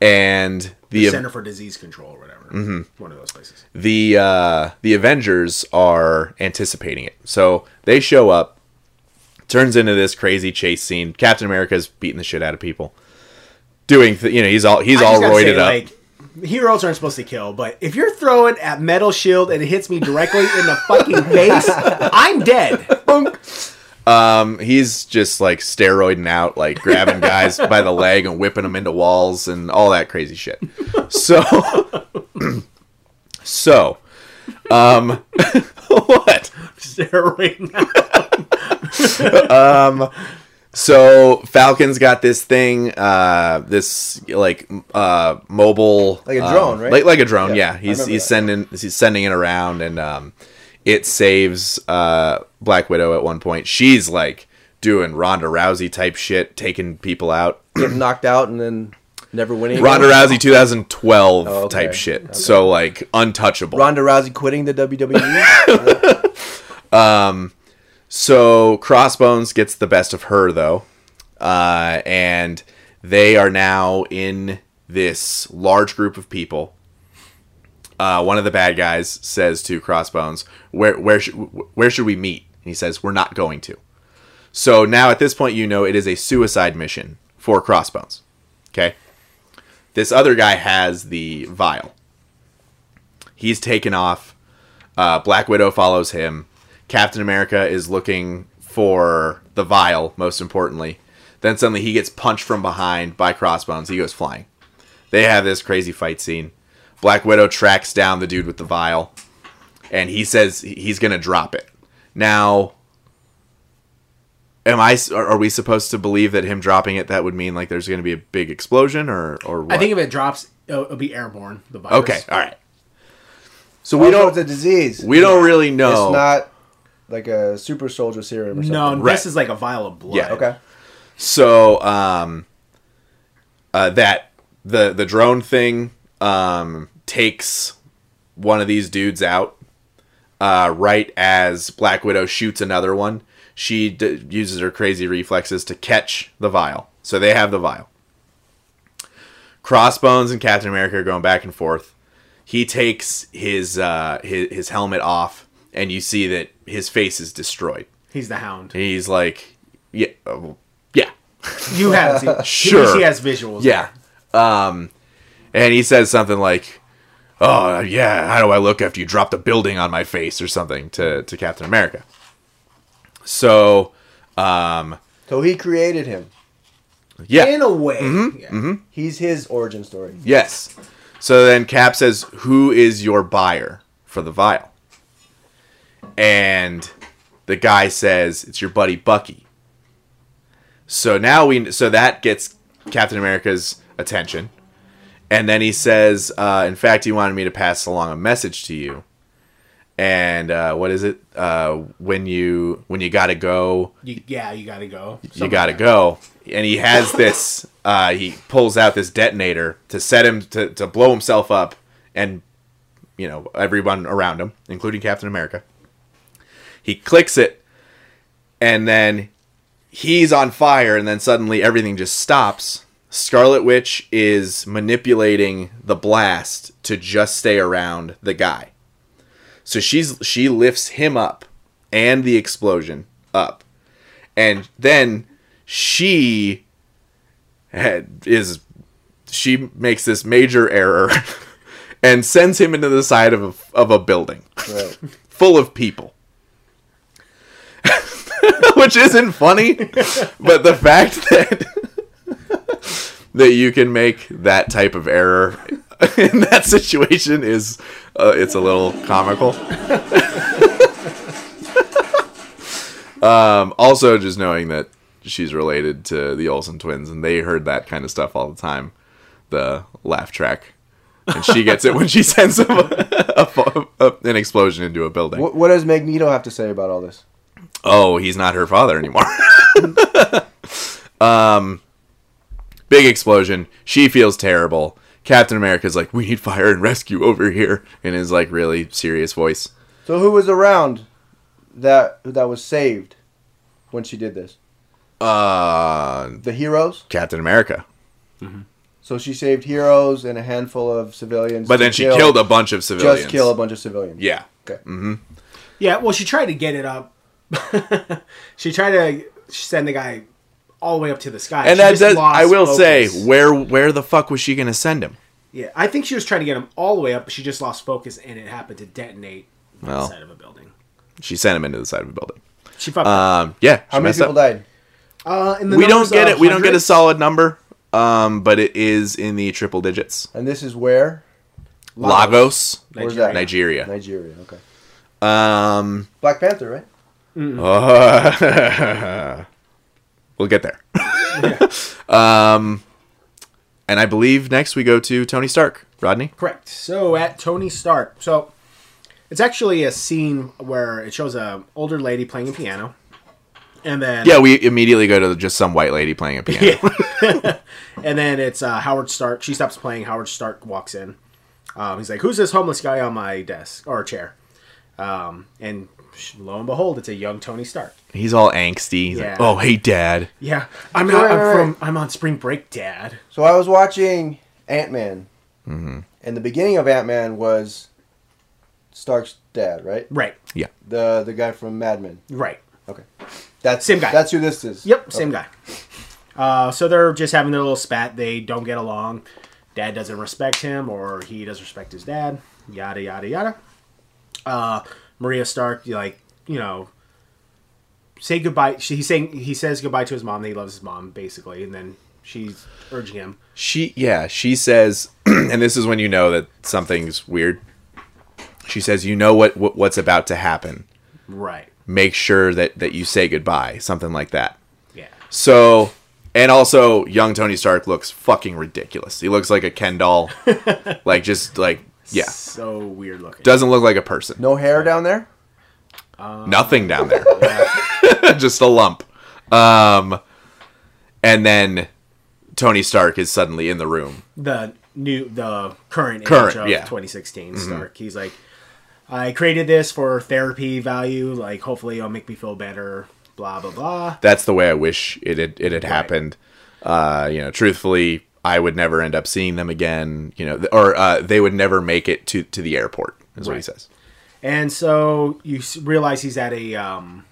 Speaker 2: and the,
Speaker 4: Center for Disease Control or whatever.
Speaker 2: Mm-hmm.
Speaker 4: One of those places.
Speaker 2: the uh, the Avengers are anticipating it. So they show up, turns into this crazy chase scene. Captain America's beating the shit out of people, doing th- you know he's all he's
Speaker 4: I
Speaker 2: all
Speaker 4: just gotta
Speaker 2: roided
Speaker 4: say,
Speaker 2: up.
Speaker 4: Like, heroes aren't supposed to kill, but if you're throwing at metal shield and it hits me directly in the fucking face, I'm dead.
Speaker 2: he's just like steroiding out, like grabbing guys by the leg and whipping them into walls and all that crazy shit. So, so, um, what?
Speaker 4: Steroid now.
Speaker 2: So Falcon's got this thing, uh, this like uh, mobile,
Speaker 3: Like a
Speaker 2: um,
Speaker 3: drone, right?
Speaker 2: Like, like a drone, yeah.
Speaker 3: Yeah, I
Speaker 2: He's
Speaker 3: remember
Speaker 2: he's
Speaker 3: that.
Speaker 2: sending he's sending it around, and um, it saves uh, Black Widow at one point. She's like doing Ronda Rousey type shit, taking people out.
Speaker 3: Get knocked out and then
Speaker 5: Never winning.
Speaker 2: Ronda Rousey 2012
Speaker 3: Oh, okay.
Speaker 2: type shit. So like untouchable.
Speaker 3: Ronda Rousey quitting the E? WWE.
Speaker 2: So Crossbones gets the best of her though, uh, and they are now in this large group of people. Uh, one of the bad guys says to Crossbones, "Where where sh- where should we meet?" And he says, "We're not going to." So now at this point, you know it is a suicide mission for Crossbones. Okay, this other guy has the vial. He's taken off. Uh, Black Widow follows him. Captain America is looking for the vial, most importantly. Then suddenly he gets punched from behind by crossbones. He goes flying. They have this crazy fight scene. Black Widow tracks down the dude with the vial, and he says he- he's going to drop it. Now, am I? s- Are are we supposed to believe that him dropping it that would mean like there's going to be a big explosion or or what?
Speaker 4: I think if it drops, it'll, it'll be airborne. The virus.
Speaker 2: okay, all right. So
Speaker 3: we
Speaker 2: we
Speaker 3: know it's
Speaker 2: don't
Speaker 3: a disease.
Speaker 2: we don't really know.
Speaker 3: It's not like a super soldier serum or something.
Speaker 4: No,
Speaker 2: Right.
Speaker 4: this is like a vial of blood.
Speaker 2: Yeah.
Speaker 3: Okay.
Speaker 2: So um, uh, that the the drone thing um, takes one of these dudes out uh, right as Black Widow shoots another one. She d- uses her crazy reflexes to catch the vial. So they have the vial. Crossbones and Captain America are going back and forth. He takes his uh, his, his helmet off, and you see that his face is destroyed.
Speaker 4: He's the hound.
Speaker 2: He's like, yeah, uh, well, yeah,
Speaker 4: You haven't seen.
Speaker 2: Sure.
Speaker 4: At least He has visuals.
Speaker 2: yeah. Um, and he says something like, "Oh yeah, how do I look after you dropped a building on my face or something?" to to Captain America. So, um,
Speaker 3: So he created him.
Speaker 2: yeah,
Speaker 4: In a way.
Speaker 2: Mm-hmm,
Speaker 4: Yeah.
Speaker 3: He's his origin story.
Speaker 2: Yes. So then Cap says, Who is your buyer for the vial? And the guy says, It's your buddy Bucky. So now we so that gets Captain America's attention. And then he says, uh, in fact he wanted me to pass along a message to you. And uh, what is it? Uh, when you when you gotta go,
Speaker 4: You, yeah, you gotta go.
Speaker 2: you gotta go. And he has this. Uh, he pulls out this detonator to set him to, to blow himself up, and you know everyone around him, including Captain America. He clicks it, and then he's on fire. And then suddenly everything just stops. Scarlet Witch is manipulating the blast to just stay around the guy. So she's she lifts him up and the explosion up and then she had, is she makes this major error and sends him into the side of a, of a building
Speaker 3: Right.
Speaker 2: full of people which isn't funny but the fact that that you can make that type of error in that situation is uh, it's a little comical Um, also, just knowing that she's related to the Olsen twins, and they heard that kind of stuff all the time, the laugh track, and she gets it when she sends them a, a fo- a- an explosion into a building.
Speaker 3: What, what does Magneto have to say about all this?
Speaker 2: Oh, he's not her father anymore. um, big explosion. She feels terrible. Captain America's like, "We need fire and rescue over here," in his like really serious voice.
Speaker 3: So who was around that that was saved when she did this?
Speaker 2: Uh,
Speaker 3: The heroes.
Speaker 2: Captain America.
Speaker 3: So she saved heroes and a handful of civilians.
Speaker 2: But
Speaker 3: to
Speaker 2: then she
Speaker 3: kill-
Speaker 2: killed a bunch of civilians.
Speaker 3: Just kill a bunch of civilians.
Speaker 2: Yeah.
Speaker 3: Okay.
Speaker 4: Yeah, well, she tried to get it up. she tried to send the guy all the way up to the sky.
Speaker 2: and
Speaker 4: She
Speaker 2: that
Speaker 4: just
Speaker 2: does,
Speaker 4: lost
Speaker 2: I will
Speaker 4: focus.
Speaker 2: say, where where the fuck was she gonna send him?
Speaker 4: Yeah, I think she was trying to get him all the way up, but she just lost focus, and it happened to detonate on
Speaker 2: Well.
Speaker 4: the side of a building.
Speaker 2: She sent him into the side of a building.
Speaker 4: She fucked. up.
Speaker 2: Um, yeah.
Speaker 3: How many people died?
Speaker 4: Uh, and the
Speaker 2: We don't
Speaker 4: numbers
Speaker 2: get
Speaker 4: are
Speaker 2: it. We don't get a
Speaker 4: hundreds.
Speaker 2: solid number. Um, but it is in the triple digits.
Speaker 3: And this is where
Speaker 2: Lagos,
Speaker 3: Where's that?
Speaker 2: Nigeria.
Speaker 3: Nigeria. Okay.
Speaker 2: Um,
Speaker 3: Black Panther, right?
Speaker 2: we'll get there. um, and I believe next we go to Tony Stark. Rodney.
Speaker 4: Correct. So at Tony Stark. So it's actually a scene where it shows a older lady playing a piano. and then
Speaker 2: Yeah, we immediately go to just some white lady playing a piano.
Speaker 4: Yeah. and then it's uh, Howard Stark. She stops playing. Howard Stark walks in. Um, he's like, "Who's this homeless guy on my desk or chair?" Um, and sh- lo and behold, it's a young Tony Stark.
Speaker 2: He's all angsty. He's
Speaker 4: Yeah.
Speaker 2: like, "Oh, hey, Dad."
Speaker 4: Yeah, I'm
Speaker 3: Right,
Speaker 4: out,
Speaker 3: right,
Speaker 4: I'm from. I'm on spring break, Dad.
Speaker 3: So I was watching Ant Man,
Speaker 2: Mm-hmm.
Speaker 3: and the beginning of Ant Man was Stark's dad, right?
Speaker 4: Right,
Speaker 3: The the guy from Mad Men.
Speaker 4: right.
Speaker 3: That's
Speaker 4: Same guy.
Speaker 3: That's who this is.
Speaker 4: Yep, same guy. Uh, so they're just having their little spat. They don't get along. Dad doesn't respect him, or he doesn't respect his dad. Yada yada yada. Uh, Maria Stark, like you know, say goodbye. She, he's saying he says goodbye to his mom. That he loves his mom, basically, and then she's urging him.
Speaker 2: She yeah, she says and this is when you know that something's weird. She says, "You know what, what what's about to happen.
Speaker 4: Right.
Speaker 2: Make sure that that you say goodbye." Something like that.
Speaker 4: Yeah.
Speaker 2: So, and also young Tony Stark looks fucking ridiculous. He looks like a Ken doll. like just like yeah.
Speaker 4: So weird looking.
Speaker 2: Doesn't look like a person.
Speaker 3: No hair down there.
Speaker 2: nothing down there just a lump um and then tony stark is suddenly in the room
Speaker 4: the new the current,
Speaker 2: Current,
Speaker 4: age of
Speaker 2: yeah. Mm-hmm.
Speaker 4: 2016 Stark. He's like, I created this for therapy value. Like, hopefully, it'll make me feel better. Blah blah blah.
Speaker 2: that's the way i wish it had, it had happened uh you know truthfully i would never end up seeing them again you know th- or uh, they would never make it to to the airport is what he
Speaker 4: Right.
Speaker 2: says
Speaker 4: And so you s- realize he's at a um,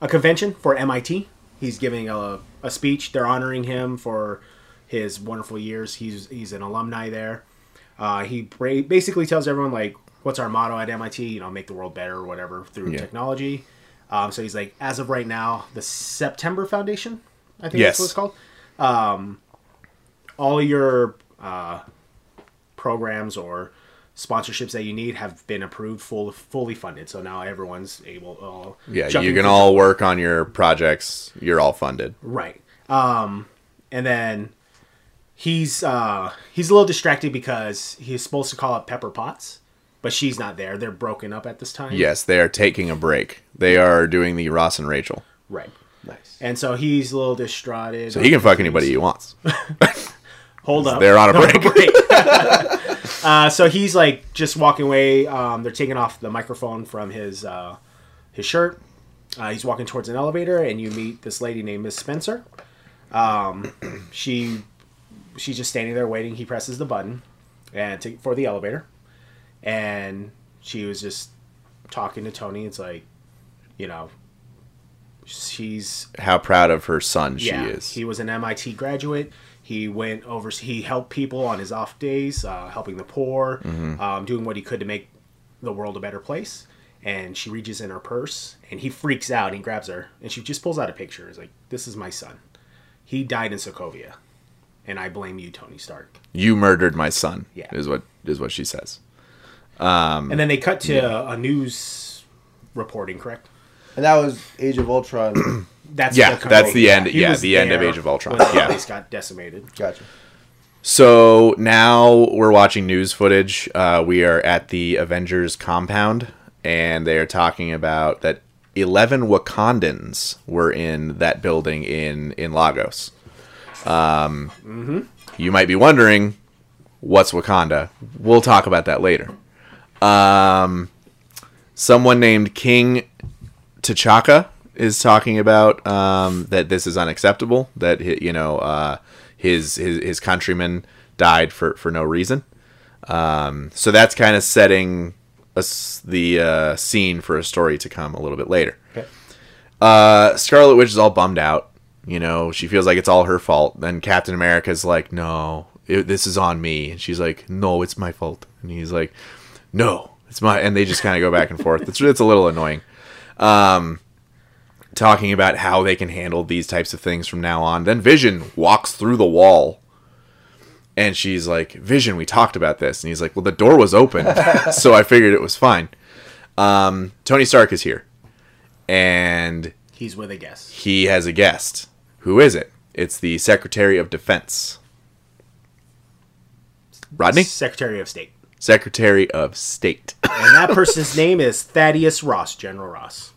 Speaker 4: a convention for MIT. He's giving a, a speech. They're honoring him for his wonderful years. He's he's an alumni there. Uh, he bra- basically tells everyone like, "What's our motto at MIT? You know, make the world better or whatever through
Speaker 2: Yeah.
Speaker 4: technology." Um, so he's like, as of right now, the September Foundation, I think
Speaker 2: Yes.
Speaker 4: that's what it's called. Um, all your uh, programs or sponsorships that you need have been approved, full, fully funded. So now everyone's able. All
Speaker 2: yeah
Speaker 4: jumping
Speaker 2: you can
Speaker 4: for
Speaker 2: all work on your projects you're all funded
Speaker 4: Right. Um, and then he's uh, he's a little distracted because he's supposed to call up Pepper Potts, but she's not there. They're broken up at this time.
Speaker 2: yes they are taking a break they are doing the ross and rachel
Speaker 4: Right.
Speaker 3: Nice.
Speaker 4: And so he's a little distraught.
Speaker 2: so he can fuck anybody he wants
Speaker 4: Hold up.
Speaker 2: they're on a break
Speaker 4: uh, so he's like just walking away. Um, they're taking off the microphone from his uh, his shirt. Uh, he's walking towards an elevator, and you meet this lady named Miss Spencer. Um, she she's just standing there waiting. He presses the button and to, for the elevator, and she was just talking to Tony. It's like, you know, she's
Speaker 2: how proud of her son she
Speaker 4: yeah,
Speaker 2: is
Speaker 4: He was an MIT graduate. He went over. He helped people on his off days, uh, helping the poor,
Speaker 2: Mm-hmm.
Speaker 4: um, doing what he could to make the world a better place. And she reaches in her purse, and he freaks out and grabs her, and she just pulls out a picture. Is like, "This is my son. He died in Sokovia, and I blame you, Tony Stark."
Speaker 2: you murdered my son
Speaker 4: Yeah.
Speaker 2: is what is what she says
Speaker 4: and then they cut to a, a news reporting. Correct?
Speaker 3: And that was Age of Ultron.
Speaker 4: That's
Speaker 2: Yeah,
Speaker 4: kind
Speaker 2: that's
Speaker 4: of-
Speaker 2: the end-
Speaker 4: he
Speaker 2: yeah,
Speaker 4: was
Speaker 2: the end of
Speaker 4: there
Speaker 2: Age of Ultron.
Speaker 4: When the
Speaker 2: Yeah.
Speaker 4: place got decimated.
Speaker 3: gotcha.
Speaker 2: so now we're watching news footage uh, we are at the avengers compound and they are talking about that 11 wakandans were in that building in in lagos um, you might be wondering what's wakanda we'll talk about that later um, someone named king T'Chaka is talking about um, that this is unacceptable. That hi- you know uh, his his his countrymen died for for no reason. Um, so that's kind of setting us the uh, scene for a story to come a little bit later.
Speaker 3: Okay.
Speaker 2: Uh, Scarlet Witch is all bummed out. You know, she feels like it's all her fault. Then Captain America's like, "No, it, this is on me," and she's like, "No, it's my fault." And he's like, "No, it's my." And they just kind of go back and forth. It's it's a little annoying talking about how they can handle these types of things from now on. Then Vision walks through the wall. And she's like, Vision, we talked about this. And he's like, Well, the door was open, so I figured it was fine. Um, Tony Stark is here. And
Speaker 4: He's with a guest.
Speaker 2: he has a guest. Who is it? It's the Secretary of Defense. Rodney?
Speaker 4: Secretary of State.
Speaker 2: Secretary of State.
Speaker 4: and that person's name is Thaddeus Ross, General Ross.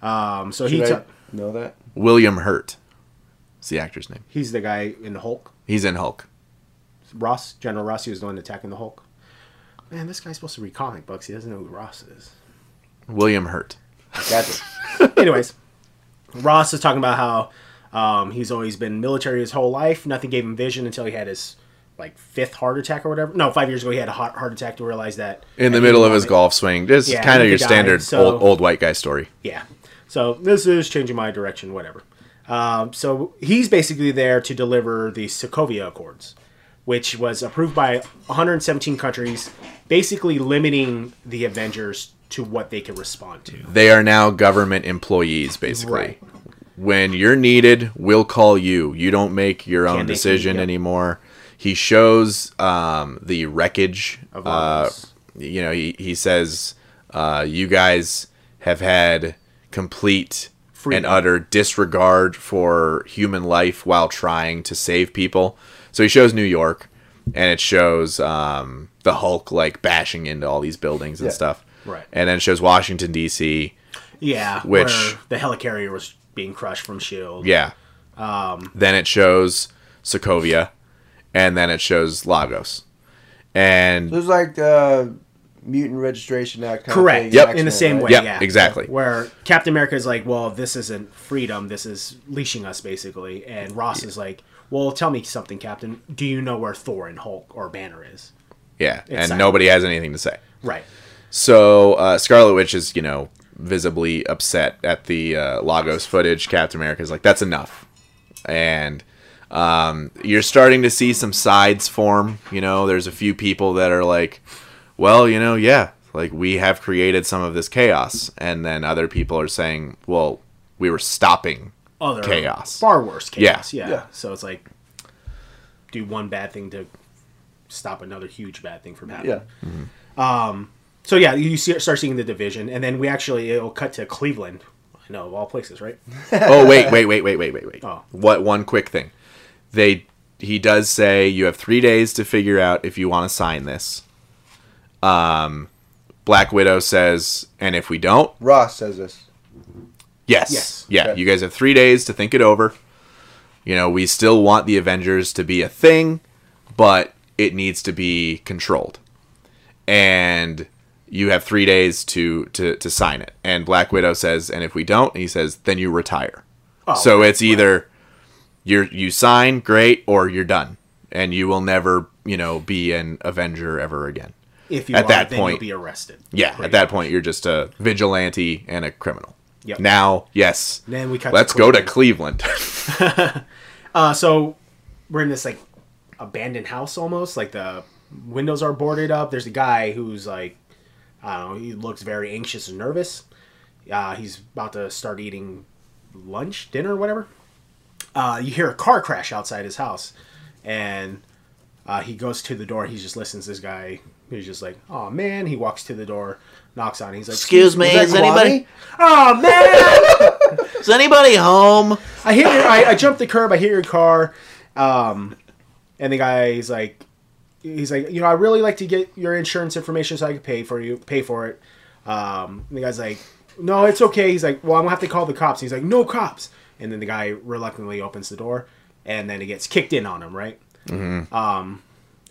Speaker 4: Um, so he
Speaker 3: Did I
Speaker 4: took-
Speaker 3: know that?
Speaker 2: William Hurt. It's the actor's name.
Speaker 4: he's the guy in the Hulk.
Speaker 2: He's in Hulk.
Speaker 4: Ross, General Ross, he was the one attacking the Hulk. Man, this guy's supposed to read comic books. He doesn't know who Ross is.
Speaker 2: William Hurt.
Speaker 3: Gotcha.
Speaker 4: Anyways, Ross is talking about how um, he's always been military his whole life. Nothing gave him vision until he had his like fifth heart attack or whatever. No, five years ago he had a heart, heart attack to realize that
Speaker 2: In the
Speaker 4: that he
Speaker 2: middle of his
Speaker 4: wanted-
Speaker 2: golf swing. This
Speaker 4: Yeah,
Speaker 2: is kind of
Speaker 4: he
Speaker 2: your
Speaker 4: died,
Speaker 2: standard
Speaker 4: so-
Speaker 2: old, old white guy story.
Speaker 4: Yeah. So this is changing my direction, whatever. Um, so he's basically there to deliver the Sokovia Accords, which was approved by 117 countries, basically limiting the Avengers to what they could respond to.
Speaker 2: They are now government employees, basically.
Speaker 4: Right.
Speaker 2: When you're needed, we'll call you. You don't make your own
Speaker 4: make it,
Speaker 2: decision
Speaker 4: yep.
Speaker 2: anymore. He shows um, the wreckage
Speaker 4: Of
Speaker 2: uh,
Speaker 4: Romulus.
Speaker 2: you know, he, he says, uh, you guys have had complete and
Speaker 4: Freedom.
Speaker 2: utter disregard for human life while trying to save people. So he shows New York and it shows um, the Hulk like bashing into all these buildings and
Speaker 3: Yeah.
Speaker 2: stuff.
Speaker 4: Right.
Speaker 2: And then it shows Washington, D.C.
Speaker 4: Yeah,
Speaker 2: Which-
Speaker 4: where the helicarrier was being crushed from Shield.
Speaker 2: Yeah. Um, then it shows Sokovia and then it shows Lagos. And
Speaker 3: It was like the Mutant Registration Act. Kind
Speaker 4: Correct.
Speaker 3: Of thing,
Speaker 4: Yep.
Speaker 3: X-Men,
Speaker 4: In the same
Speaker 3: right?
Speaker 4: way.
Speaker 2: Yep,
Speaker 4: Yeah.
Speaker 2: exactly.
Speaker 4: Where Captain America is like, well, this isn't freedom. This is leashing us, basically. And Ross is like, well, tell me something, Captain. Do you know where Thor and Hulk or Banner is?
Speaker 2: yeah. And
Speaker 4: Exactly.
Speaker 2: nobody has anything to say.
Speaker 4: Right.
Speaker 2: So uh, Scarlet Witch is, you know, visibly upset at the uh, Lagos footage. Captain America's like, "That's enough," and um, you're starting to see some sides form. You know, there's a few people that are like, "Well, you know, yeah, like we have created some of this chaos," and then other people are saying, "Well, we were stopping
Speaker 4: Other
Speaker 2: Chaos.
Speaker 4: Far worse chaos. Yeah.
Speaker 3: Yeah.
Speaker 4: So it's like, do one bad thing to stop another huge bad thing from happening.
Speaker 3: Yeah.
Speaker 4: So yeah, you see, start seeing the division, and then we actually it'll cut to Cleveland. I know of all places, right?
Speaker 2: oh wait, wait, wait, wait, wait, wait, wait.
Speaker 4: Oh.
Speaker 2: What one quick thing? They he does say you have three days to figure out if you want to sign this. Um, Black Widow says, and if we don't,
Speaker 3: Ross says this.
Speaker 2: yes,
Speaker 4: Yes.
Speaker 2: yeah,
Speaker 3: Okay.
Speaker 2: you guys have three days to think it over. You know, we still want the Avengers to be a thing, but it needs to be controlled, and you have three days to to to sign it. And Black Widow says, and if we don't, he says, then you retire
Speaker 4: Oh,
Speaker 2: so it's either you're you sign great or you're done and you will never you know be an avenger ever again
Speaker 4: if you
Speaker 2: at
Speaker 4: are,
Speaker 2: that
Speaker 4: then
Speaker 2: point-
Speaker 4: you'll be arrested.
Speaker 2: yeah
Speaker 4: Pretty
Speaker 2: at that
Speaker 4: much.
Speaker 2: point you're just a vigilante and a criminal
Speaker 4: Yep.
Speaker 2: now yes
Speaker 4: Then we cut. to
Speaker 2: let's go to
Speaker 4: Cleveland.
Speaker 2: cleveland
Speaker 4: Uh, so we're in this like abandoned house almost. Like the windows are boarded up. There's a guy who's like, I don't know. He looks very anxious and nervous. Uh, he's about to start eating lunch, dinner, whatever. Uh, you hear a car crash outside his house, and uh, he goes to the door. He just listens to this guy. He's just like, "Oh man!" He walks to the door, knocks on. it. He's like,
Speaker 5: Excuse me,
Speaker 3: Is
Speaker 5: is,
Speaker 3: that
Speaker 5: anybody
Speaker 4: "Oh man!"
Speaker 5: is anybody home?
Speaker 4: I hear your, I, I jump the curb. I hear your car, um, and the guy's like, he's like, you know, I really like to get your insurance information so I can pay for you, pay for it. Um, and the guy's like, no, it's okay. He's like, well, I'm gonna have to call the cops. He's like, no cops. And then the guy reluctantly opens the door, and then it gets kicked in on him, right?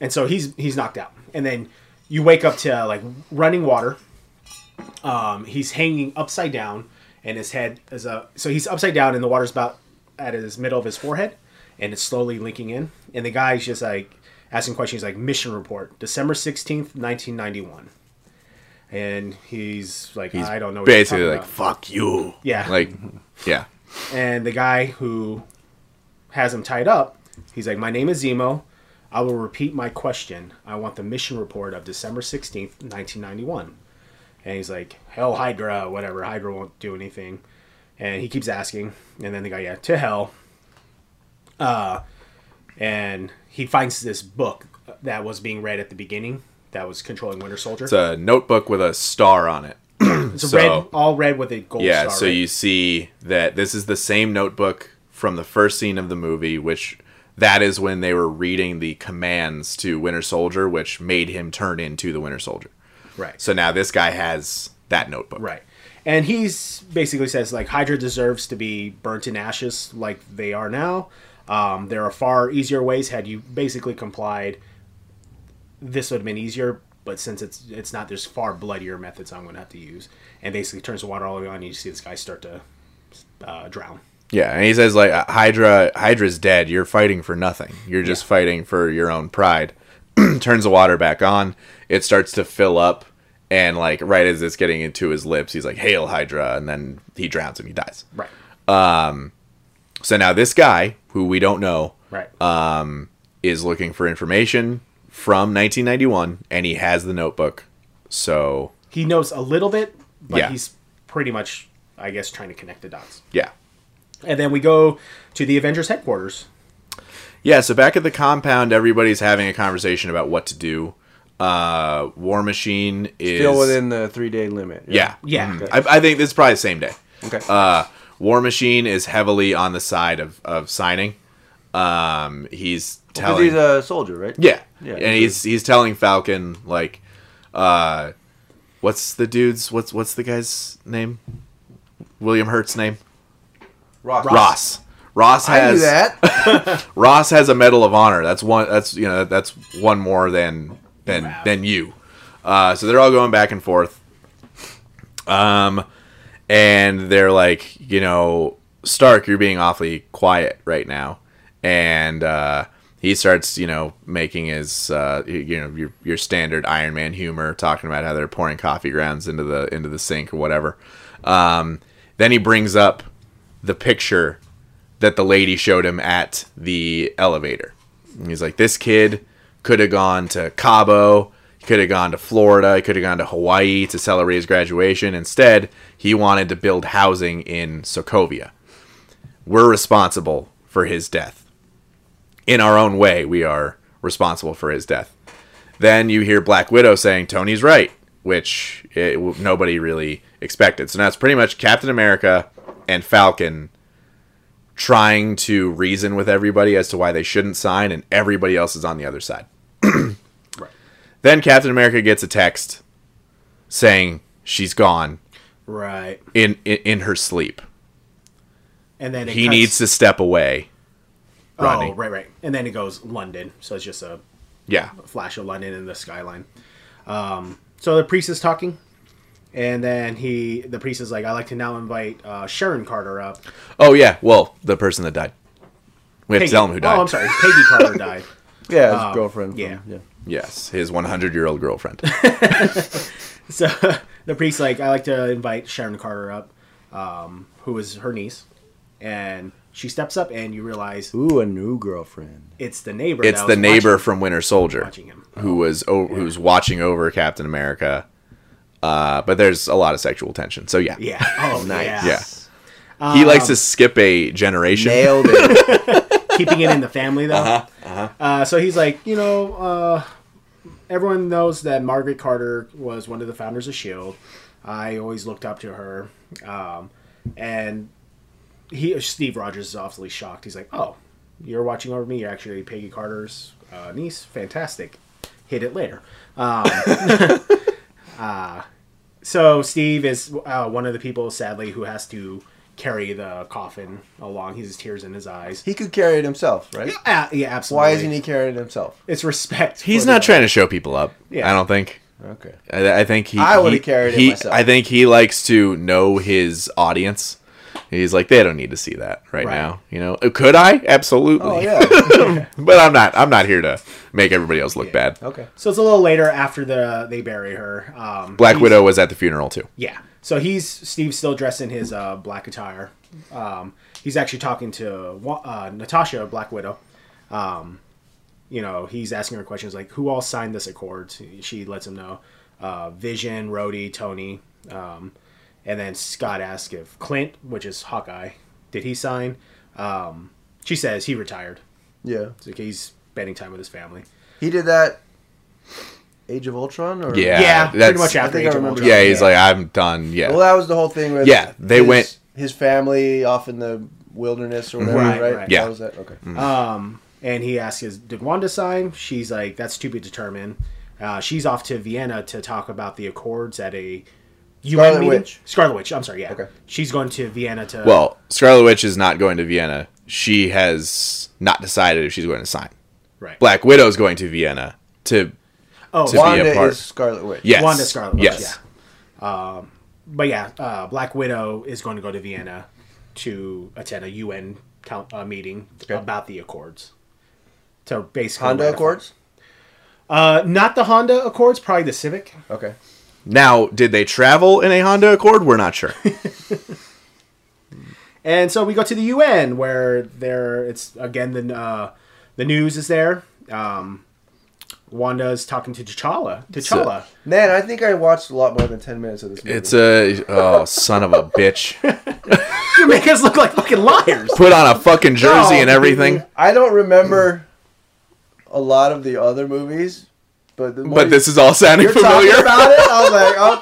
Speaker 4: and so he's he's knocked out and then you wake up to uh, like running water um, he's hanging upside down and his head is a so he's upside down and the water's about at his middle of his forehead and it's slowly linking in and the guy's just like asking questions like mission report december 16th 1991 and he's like
Speaker 2: he's
Speaker 4: i don't know what you're
Speaker 2: basically
Speaker 4: talking
Speaker 2: like
Speaker 4: about."
Speaker 2: fuck you
Speaker 4: Yeah.
Speaker 2: like yeah
Speaker 4: and the guy who has him tied up, he's like, "My name is Zemo. I will repeat my question. I want the mission report of December sixteenth, nineteen ninety-one." And he's like, "Hell, Hydra, whatever. Hydra won't do anything." And he keeps asking, and then the guy, "Yeah, to hell." Uh, and he finds this book that was being read at the beginning that was controlling Winter Soldier.
Speaker 2: it's a notebook with a star on it
Speaker 4: it's a
Speaker 2: so-
Speaker 4: red, all red with a gold
Speaker 2: yeah
Speaker 4: star.
Speaker 2: so
Speaker 4: right?
Speaker 2: you see that this is the same notebook from the first scene of the movie which that is when they were reading the commands to winter soldier which made him turn into the winter soldier
Speaker 4: right.
Speaker 2: so now this guy has that notebook
Speaker 4: Right. and he's basically says like Hydra deserves to be burnt in ashes like they are now. Um, there are far easier ways. Had you basically complied, this would have been easier. But since it's it's not, there's far bloodier methods I'm going to have to use. And basically turns the water all the way on, and you see this guy start to uh, drown.
Speaker 2: Yeah, and he says like Hydra, Hydra's dead. You're fighting for nothing. You're just fighting for your own pride. Turns the water back on. It starts to fill up, and like right as it's getting into his lips, he's like, "Hail Hydra!" And then he drowns and he dies.
Speaker 4: Right.
Speaker 2: So now this guy, who we don't know,
Speaker 4: Right.
Speaker 2: is looking for information from 1991, and he has the notebook. So
Speaker 4: he knows a little bit, but
Speaker 2: Yeah.
Speaker 4: he's pretty much, I guess, trying to connect the dots.
Speaker 2: yeah,
Speaker 4: And then we go to the Avengers headquarters.
Speaker 2: Yeah, so back at the compound, everybody's having a conversation about what to do. Uh, War Machine is
Speaker 3: Still within the three day limit.
Speaker 2: Yeah,
Speaker 4: Yeah.
Speaker 2: Mhm. I, I think this is probably the same day.
Speaker 3: Okay.
Speaker 2: Uh, War Machine is heavily on the side of of signing. Um, he's
Speaker 3: Because
Speaker 2: telling
Speaker 3: he's a soldier, right?
Speaker 2: yeah.
Speaker 3: Yeah,
Speaker 2: and he's he's telling Falcon like, uh, what's the dude's what's what's the guy's name? William Hurt's name?
Speaker 3: Ross.
Speaker 2: Ross. Ross
Speaker 3: I
Speaker 2: has
Speaker 3: knew that.
Speaker 2: Ross has a Medal of Honor. That's one. That's you know that's one more than than
Speaker 4: Wow.
Speaker 2: than you. Uh, so they're all going back and forth. Um, and they're like, you know, Stark, you're being awfully quiet right now, and uh, he starts, you know, making his, uh, y- you know, your your standard Iron Man humor, talking about how they're pouring coffee grounds into the into the sink or whatever. Um, then he brings up the picture that the lady showed him at the elevator. And he's like, this kid could have gone to Cabo, he could have gone to Florida, he could have gone to Hawaii to celebrate his graduation. Instead, he wanted to build housing in Sokovia. We're responsible for his death. In our own way, we are responsible for his death. Then you hear Black Widow saying, Tony's right, which eh, w nobody really expected. So now it's pretty much Captain America and Falcon trying to reason with everybody as to why they shouldn't sign, and everybody else is on the other side. Then Captain America gets a text saying she's gone
Speaker 4: Right.
Speaker 2: in in, in her sleep.
Speaker 4: And then it
Speaker 2: He
Speaker 4: cuts-
Speaker 2: needs to step away. Rodney.
Speaker 4: Oh, right, right. And then it goes London. So it's just a
Speaker 2: Yeah,
Speaker 4: flash of London in the skyline. Um, so the priest is talking, and then he, the priest is like, "I'd like to now invite uh, Sharon Carter up."
Speaker 2: Oh yeah. Well, the person that died. We have to tell him who died.
Speaker 4: Oh, I'm sorry, Peggy Carter died.
Speaker 3: Yeah, his
Speaker 4: Um,
Speaker 3: girlfriend. from-
Speaker 4: yeah.
Speaker 3: yeah.
Speaker 2: Yes, his 100 year old girlfriend.
Speaker 4: So the priest like, "I like to invite Sharon Carter up, um, who is her niece," and she steps up, and you realize
Speaker 3: Ooh, a new girlfriend.
Speaker 4: it's the neighbor.
Speaker 2: it's
Speaker 4: that
Speaker 2: the
Speaker 4: was
Speaker 2: neighbor
Speaker 4: watching-
Speaker 2: from Winter Soldier
Speaker 4: watching Oh. him.
Speaker 2: who was o- who was watching over Captain America. Uh, but there's a lot of sexual tension. So yeah,
Speaker 4: Yeah. Oh, nice.
Speaker 2: Yeah. he likes to skip a generation.
Speaker 3: Nailed it.
Speaker 4: keeping it in the family though. Uh-huh, so he's like, you know, uh, everyone knows that Margaret Carter was one of the founders of Shield. E I always looked up to her, um, and he Steve Rogers is awfully shocked. He's like, oh, you're watching over me. You're actually Peggy Carter's uh, niece. Fantastic. Hit it later. Um, uh, So Steve is uh, one of the people, sadly, who has to carry the coffin along. He has tears in his eyes.
Speaker 3: he could carry it himself, right?
Speaker 4: Ah, yeah, absolutely.
Speaker 3: Why isn't he carrying it himself?
Speaker 4: It's respect.
Speaker 2: He's
Speaker 4: for
Speaker 2: not
Speaker 4: the-
Speaker 2: trying to show people up.
Speaker 4: Yeah.
Speaker 2: I don't think.
Speaker 3: Okay.
Speaker 2: I, I think he.
Speaker 3: I would've
Speaker 2: he-
Speaker 3: carried it
Speaker 2: he-
Speaker 3: myself.
Speaker 2: I think he likes to know his audience. He's like, they don't need to see that right,
Speaker 4: Right.
Speaker 2: now. You know, Uh, could I? Absolutely.
Speaker 3: Oh yeah.
Speaker 2: but I'm not. I'm not here to make everybody else look bad.
Speaker 3: Okay.
Speaker 4: So it's a little later after the they bury her. Um,
Speaker 2: Black
Speaker 4: he's-
Speaker 2: Widow was at the funeral too.
Speaker 4: Yeah. So he's Steve's still dressed in his uh, black attire. Um, he's actually talking to Wa- uh, Natasha, Black Widow. Um, you know, he's asking her questions like, "Who all signed this accord?" She lets him know. Uh, Vision, Rhodey, Tony, um, and then Scott asks if Clint, which is Hawkeye, did he sign? Um, she says he retired.
Speaker 3: Yeah.
Speaker 4: It's like he's spending time with his family.
Speaker 3: He did that. Age of Ultron, or
Speaker 2: Yeah.
Speaker 4: yeah, pretty
Speaker 2: that's-
Speaker 4: much
Speaker 2: I
Speaker 4: after
Speaker 3: think
Speaker 4: Age
Speaker 3: I
Speaker 4: of
Speaker 3: remember
Speaker 4: Ultron.
Speaker 2: Yeah, he's like, I'm done. Yeah.
Speaker 3: Oh, Well, that was the whole thing with
Speaker 2: Yeah, they
Speaker 3: his,
Speaker 2: went-
Speaker 3: his family off in the wilderness or whatever,
Speaker 4: Right,
Speaker 3: right?
Speaker 4: right.
Speaker 2: Yeah. Mm-hmm.
Speaker 3: That was that? Okay. Uh,
Speaker 4: Um, and he asks, "Is did Wanda sign?" She's like, "That's to be determined." Uh, she's off to Vienna to talk about the accords at a UN
Speaker 3: Scarlet
Speaker 4: meeting?
Speaker 3: Witch.
Speaker 4: Scarlet Witch. I'm sorry. Yeah.
Speaker 3: Okay.
Speaker 4: She's going to Vienna to.
Speaker 2: Well, Scarlet Witch is not going to Vienna. She has not decided if she's going to sign.
Speaker 4: right.
Speaker 2: Black Widow's going to Vienna to
Speaker 4: oh,
Speaker 2: to be a
Speaker 3: Wanda
Speaker 2: part.
Speaker 3: is Scarlet Witch.
Speaker 2: yes,
Speaker 4: Wanda Scarlet Witch.
Speaker 2: Yes,
Speaker 4: Yeah. Um, but yeah, uh, Black Widow is going to go to Vienna to attend a UN count, uh, meeting about the Accords. To basically
Speaker 3: Honda
Speaker 4: ratify-
Speaker 3: Accords.
Speaker 4: Uh, not the Honda Accords, probably the Civic.
Speaker 3: Okay.
Speaker 2: Now, did they travel in a Honda Accord? We're not sure.
Speaker 4: And so we go to the UN where there it's again the uh, the news is there. Um, Wanda's talking to T'Challa. T'Challa.
Speaker 3: Man, I think I watched a lot more than ten minutes of this movie.
Speaker 2: It's a oh son of a bitch.
Speaker 4: you make us look like fucking liars.
Speaker 2: Put on a fucking jersey
Speaker 3: No,
Speaker 2: and everything.
Speaker 3: Oh, I don't remember a lot of the other movies, but the more
Speaker 2: But this is all sounding
Speaker 3: you're talking
Speaker 2: familiar.
Speaker 3: about it. I was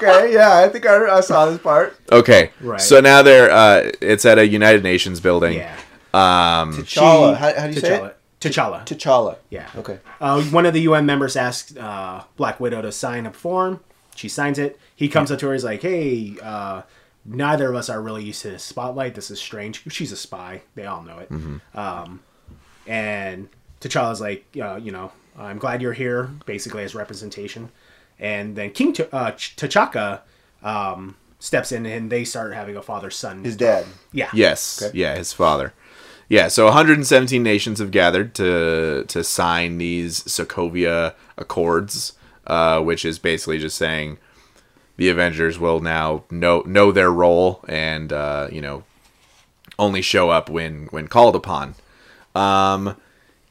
Speaker 3: like, okay, yeah, I think I, I saw this part.
Speaker 2: Okay,
Speaker 4: Right.
Speaker 2: so now they're uh, it's at a United Nations building.
Speaker 4: Yeah.
Speaker 3: T'Challa.
Speaker 4: She-
Speaker 3: how, how do you say
Speaker 4: T'Challa.
Speaker 3: it?
Speaker 4: T'Challa.
Speaker 3: T'Challa.
Speaker 4: Yeah.
Speaker 3: Okay.
Speaker 4: Uh, one of the UN members asks uh, Black Widow to sign a form. She signs it. He comes up to her. He's like, "Hey, uh, neither of us are really used to this spotlight. This is strange. She's a spy. They all know it."
Speaker 2: Mm-hmm.
Speaker 4: Um, and T'Challa's like, uh, "You know, I'm glad you're here." Basically, as representation. And then King T- uh, Ch- T'Chaka um, steps in, and they start having a father-son.
Speaker 3: His dad.
Speaker 4: yeah.
Speaker 2: Yes.
Speaker 3: Okay.
Speaker 2: Yeah, his father. Yeah, so 117 nations have gathered to to sign these Sokovia Accords, uh, which is basically just saying the Avengers will now know know their role and uh, you know only show up when when called upon. Um,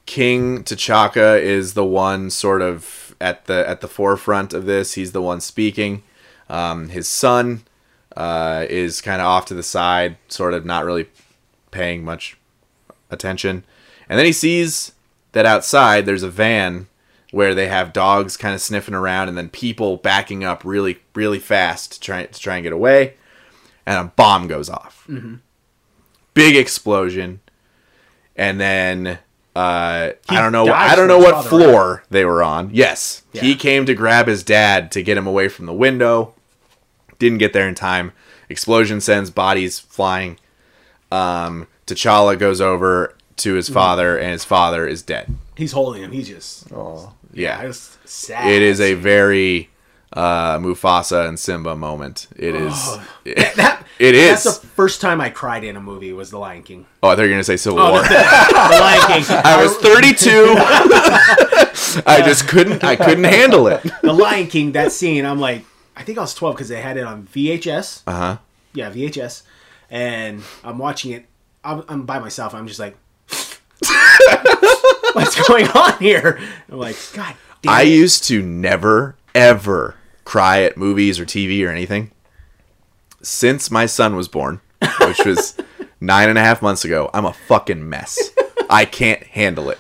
Speaker 2: King T'Chaka is the one sort of at the at the forefront of this. He's the one speaking. Um, his son uh, is kind of off to the side, sort of not really paying much attention. And then he sees that outside there's a van where they have dogs kind of sniffing around and then people backing up really, really fast to try, to try and get away. And a bomb goes off. Mm-hmm. Big explosion. And then. Uh, I don't know.
Speaker 4: dives
Speaker 2: I don't
Speaker 4: for
Speaker 2: know
Speaker 4: his
Speaker 2: what
Speaker 4: father, right?
Speaker 2: floor they were on. Yes, he
Speaker 4: Yeah.
Speaker 2: came to grab his dad to get him away from the window didn't get there in time. Explosion sends bodies flying. Um, T'Challa goes over to
Speaker 4: Mm-hmm.
Speaker 2: his father, and his father is dead.
Speaker 4: He's holding him. He's just.
Speaker 3: Oh.
Speaker 2: Yeah,
Speaker 4: It's sad.
Speaker 2: it is a very uh, Mufasa and Simba moment. It is. It,
Speaker 4: That-
Speaker 2: is.
Speaker 4: That's the first time I cried in a movie was The Lion King.
Speaker 2: oh, I thought you were gonna say Civil War.
Speaker 4: The Lion King.
Speaker 2: I
Speaker 3: Oh.
Speaker 2: was 32. I just couldn't. I couldn't handle it.
Speaker 4: The Lion King. That scene. I'm like, I think I was 12 because they had it on VHS.
Speaker 2: Uh huh.
Speaker 4: Yeah, VHS. And I'm watching it. I'm, I'm by myself. I'm just like, what's going on here? I'm like, God. Damn
Speaker 2: I
Speaker 4: it."
Speaker 2: used to never, ever cry at movies or TV or anything. Since my son was born, which was nine and a half months ago, I'm a fucking mess. I can't handle it.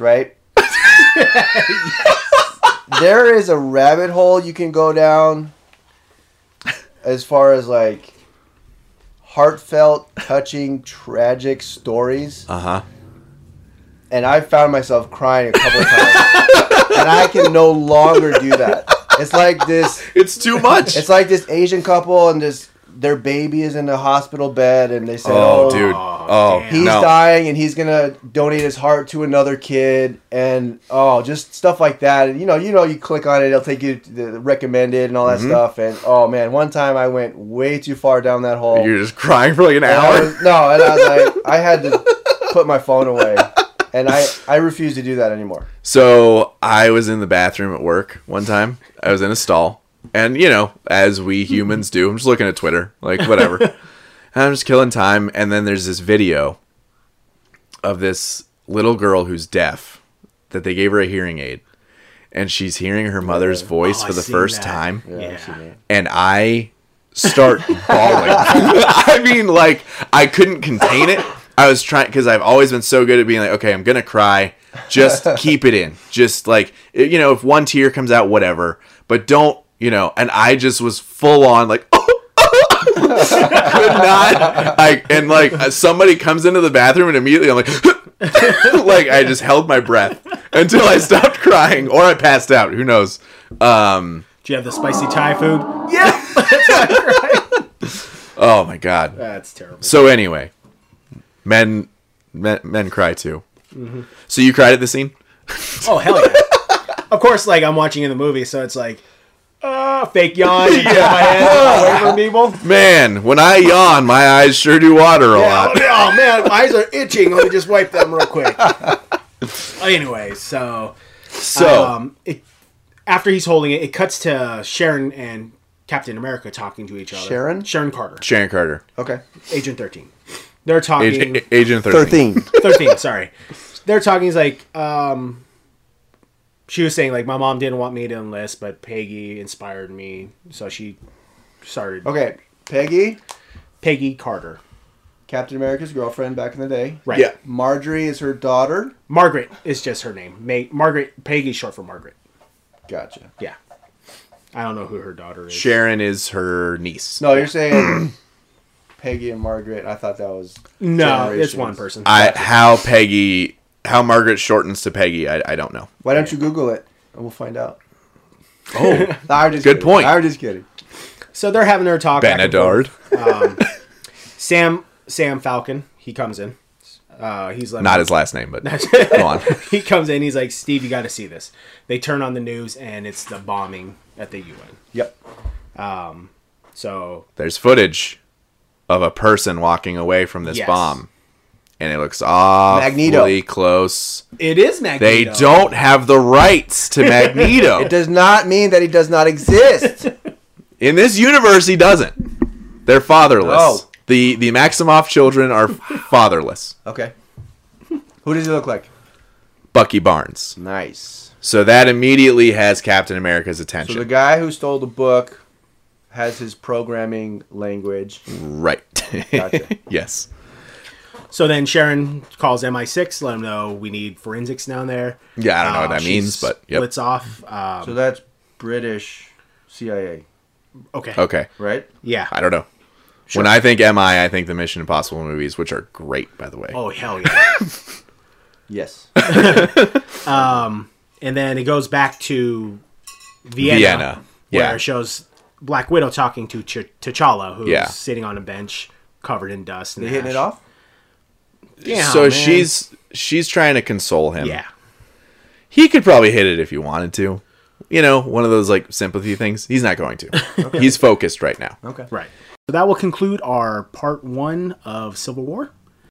Speaker 3: right? there is a rabbit hole you can go down as far as like heartfelt, touching, tragic stories.
Speaker 2: Uh huh.
Speaker 3: And I found myself crying a couple of times. and I can no longer do that. It's like this
Speaker 2: It's too much.
Speaker 3: it's like this Asian couple and this their baby is in a hospital bed and they said,
Speaker 2: oh,
Speaker 3: "Oh,
Speaker 2: dude.
Speaker 4: Aw,
Speaker 2: Oh,
Speaker 4: damn.
Speaker 3: He's
Speaker 2: no.
Speaker 3: dying and he's gonna donate his heart to another kid and oh just stuff like that and you know you know you click on it it'll take you to the recommended and all
Speaker 2: Mm-hmm.
Speaker 3: that stuff and oh man one time I went way too far down that hole
Speaker 2: You're just crying for like an
Speaker 3: And I
Speaker 2: hour.
Speaker 3: was- no and I was like I had to put my phone away and I I refuse to do that anymore
Speaker 2: So I was in the bathroom at work one time. I was in a stall, and you know, as we humans do, I'm just looking at Twitter, like whatever. and I'm just killing time, and then there's this video of this little girl who's deaf that they gave her a hearing aid, and she's hearing her mother's voice
Speaker 4: Oh, I
Speaker 2: for the
Speaker 4: seen
Speaker 2: first
Speaker 4: that.
Speaker 2: time
Speaker 4: Yeah.
Speaker 2: and I start bawling. I mean, like I couldn't contain it. I was trying because I've always been so good at being like, okay, I'm gonna cry. Just keep it in. Just like it- you know, if one tear comes out, whatever. But don't you know? And I just was full on like, could not. I and like uh, somebody comes into the bathroom and immediately I'm like, like I just held my breath until I stopped crying or I passed out. Who knows? Um,
Speaker 4: Do you have the spicy Thai food?
Speaker 2: Oh my god.
Speaker 4: That's terrible.
Speaker 2: So anyway, men men, men cry too.
Speaker 4: Mm-hmm.
Speaker 2: So you cried at the scene?
Speaker 4: Oh hell yeah! of course, like I'm watching in the movie, so it's like, uh, fake yawn, yeah. my head, away from people.
Speaker 2: Man, when I yawn, my eyes sure do water a lot.
Speaker 4: Yeah, oh man, my eyes are itching. Let me just wipe them real quick. anyway, so
Speaker 2: So
Speaker 4: um, it, after he's holding it, it cuts to Sharon and Captain America talking to each other.
Speaker 3: Sharon?
Speaker 4: Sharon Carter,
Speaker 2: Sharon Carter,
Speaker 3: Okay.
Speaker 4: Agent Thirteen. They're talking.
Speaker 2: Agent, Agent 13.
Speaker 3: Thirteen.
Speaker 4: 13 sorry they're talking he's like um she was saying like my mom didn't want me to enlist but peggy inspired me so she started
Speaker 3: okay. Peggy,
Speaker 4: peggy carter
Speaker 3: Captain America's girlfriend back in the day.
Speaker 4: right
Speaker 2: Yeah.
Speaker 3: Marjorie is her daughter.
Speaker 4: margaret is just her name Ma- margaret peggy's short for margaret
Speaker 3: Gotcha.
Speaker 4: yeah i don't know who her daughter is
Speaker 2: Sharon is her niece.
Speaker 3: No, you're saying Peggy and Margaret. I thought that was
Speaker 4: no it's
Speaker 3: generations.
Speaker 4: one person
Speaker 2: I how Peggy how Margaret shortens to Peggy, I, I don't know.
Speaker 3: Why don't you Google it and we'll find out. Oh, I'm just
Speaker 2: Good
Speaker 3: kidding.
Speaker 2: point.
Speaker 3: I'm just kidding.
Speaker 4: so they're having their talk back and forth.
Speaker 2: Benadard.
Speaker 4: sam sam falcon he comes in uh he's like
Speaker 2: Not his last name, but go on.
Speaker 4: he comes in he's like steve you got to see this they turn on the news and it's the bombing at the un
Speaker 3: Yep.
Speaker 4: So
Speaker 2: There's footage of a person walking away from this
Speaker 4: Yes.
Speaker 2: bomb. And it looks awfully
Speaker 3: Magneto.
Speaker 2: close.
Speaker 4: it is Magneto.
Speaker 2: They don't have the rights to Magneto.
Speaker 3: It does not mean that he does not exist.
Speaker 2: In this universe, he doesn't. They're fatherless.
Speaker 3: Oh.
Speaker 2: The the Maximoff children are fatherless.
Speaker 3: okay. Who does he look like?
Speaker 2: Bucky Barnes.
Speaker 3: Nice.
Speaker 2: So that immediately has Captain America's
Speaker 3: So
Speaker 2: attention.
Speaker 3: the guy who stole the book has his programming language.
Speaker 2: right.
Speaker 3: Gotcha.
Speaker 2: yes.
Speaker 4: So then Sharon calls MI6, let them know we need forensics down there. Uh,
Speaker 2: Yeah, I don't know
Speaker 3: Ah,
Speaker 2: what that
Speaker 4: she
Speaker 2: means, but yep.
Speaker 4: splits off. Um,
Speaker 3: So that's British CIA,
Speaker 4: okay.
Speaker 2: Okay.
Speaker 3: right?
Speaker 4: Yeah.
Speaker 2: I don't know. When I think MI, I think the Mission Impossible movies, which are great, by the way.
Speaker 4: Oh hell yeah!
Speaker 3: Yes.
Speaker 4: and then it goes back to Vienna,
Speaker 2: Vienna.
Speaker 4: where
Speaker 2: Yeah.
Speaker 4: it shows Black Widow talking to Ch- T'Challa, who's
Speaker 2: Yeah.
Speaker 4: sitting on a bench covered in dust. And
Speaker 3: They hitting
Speaker 4: ash.
Speaker 3: it off?
Speaker 4: Yeah.
Speaker 2: so
Speaker 4: man.
Speaker 2: she's she's trying to console him.
Speaker 4: yeah.
Speaker 2: He could probably hit it if he wanted to. You know, one of those like sympathy things. He's not going to. He's focused right now.
Speaker 3: Okay.
Speaker 4: Right. So that will conclude our part one of Civil War.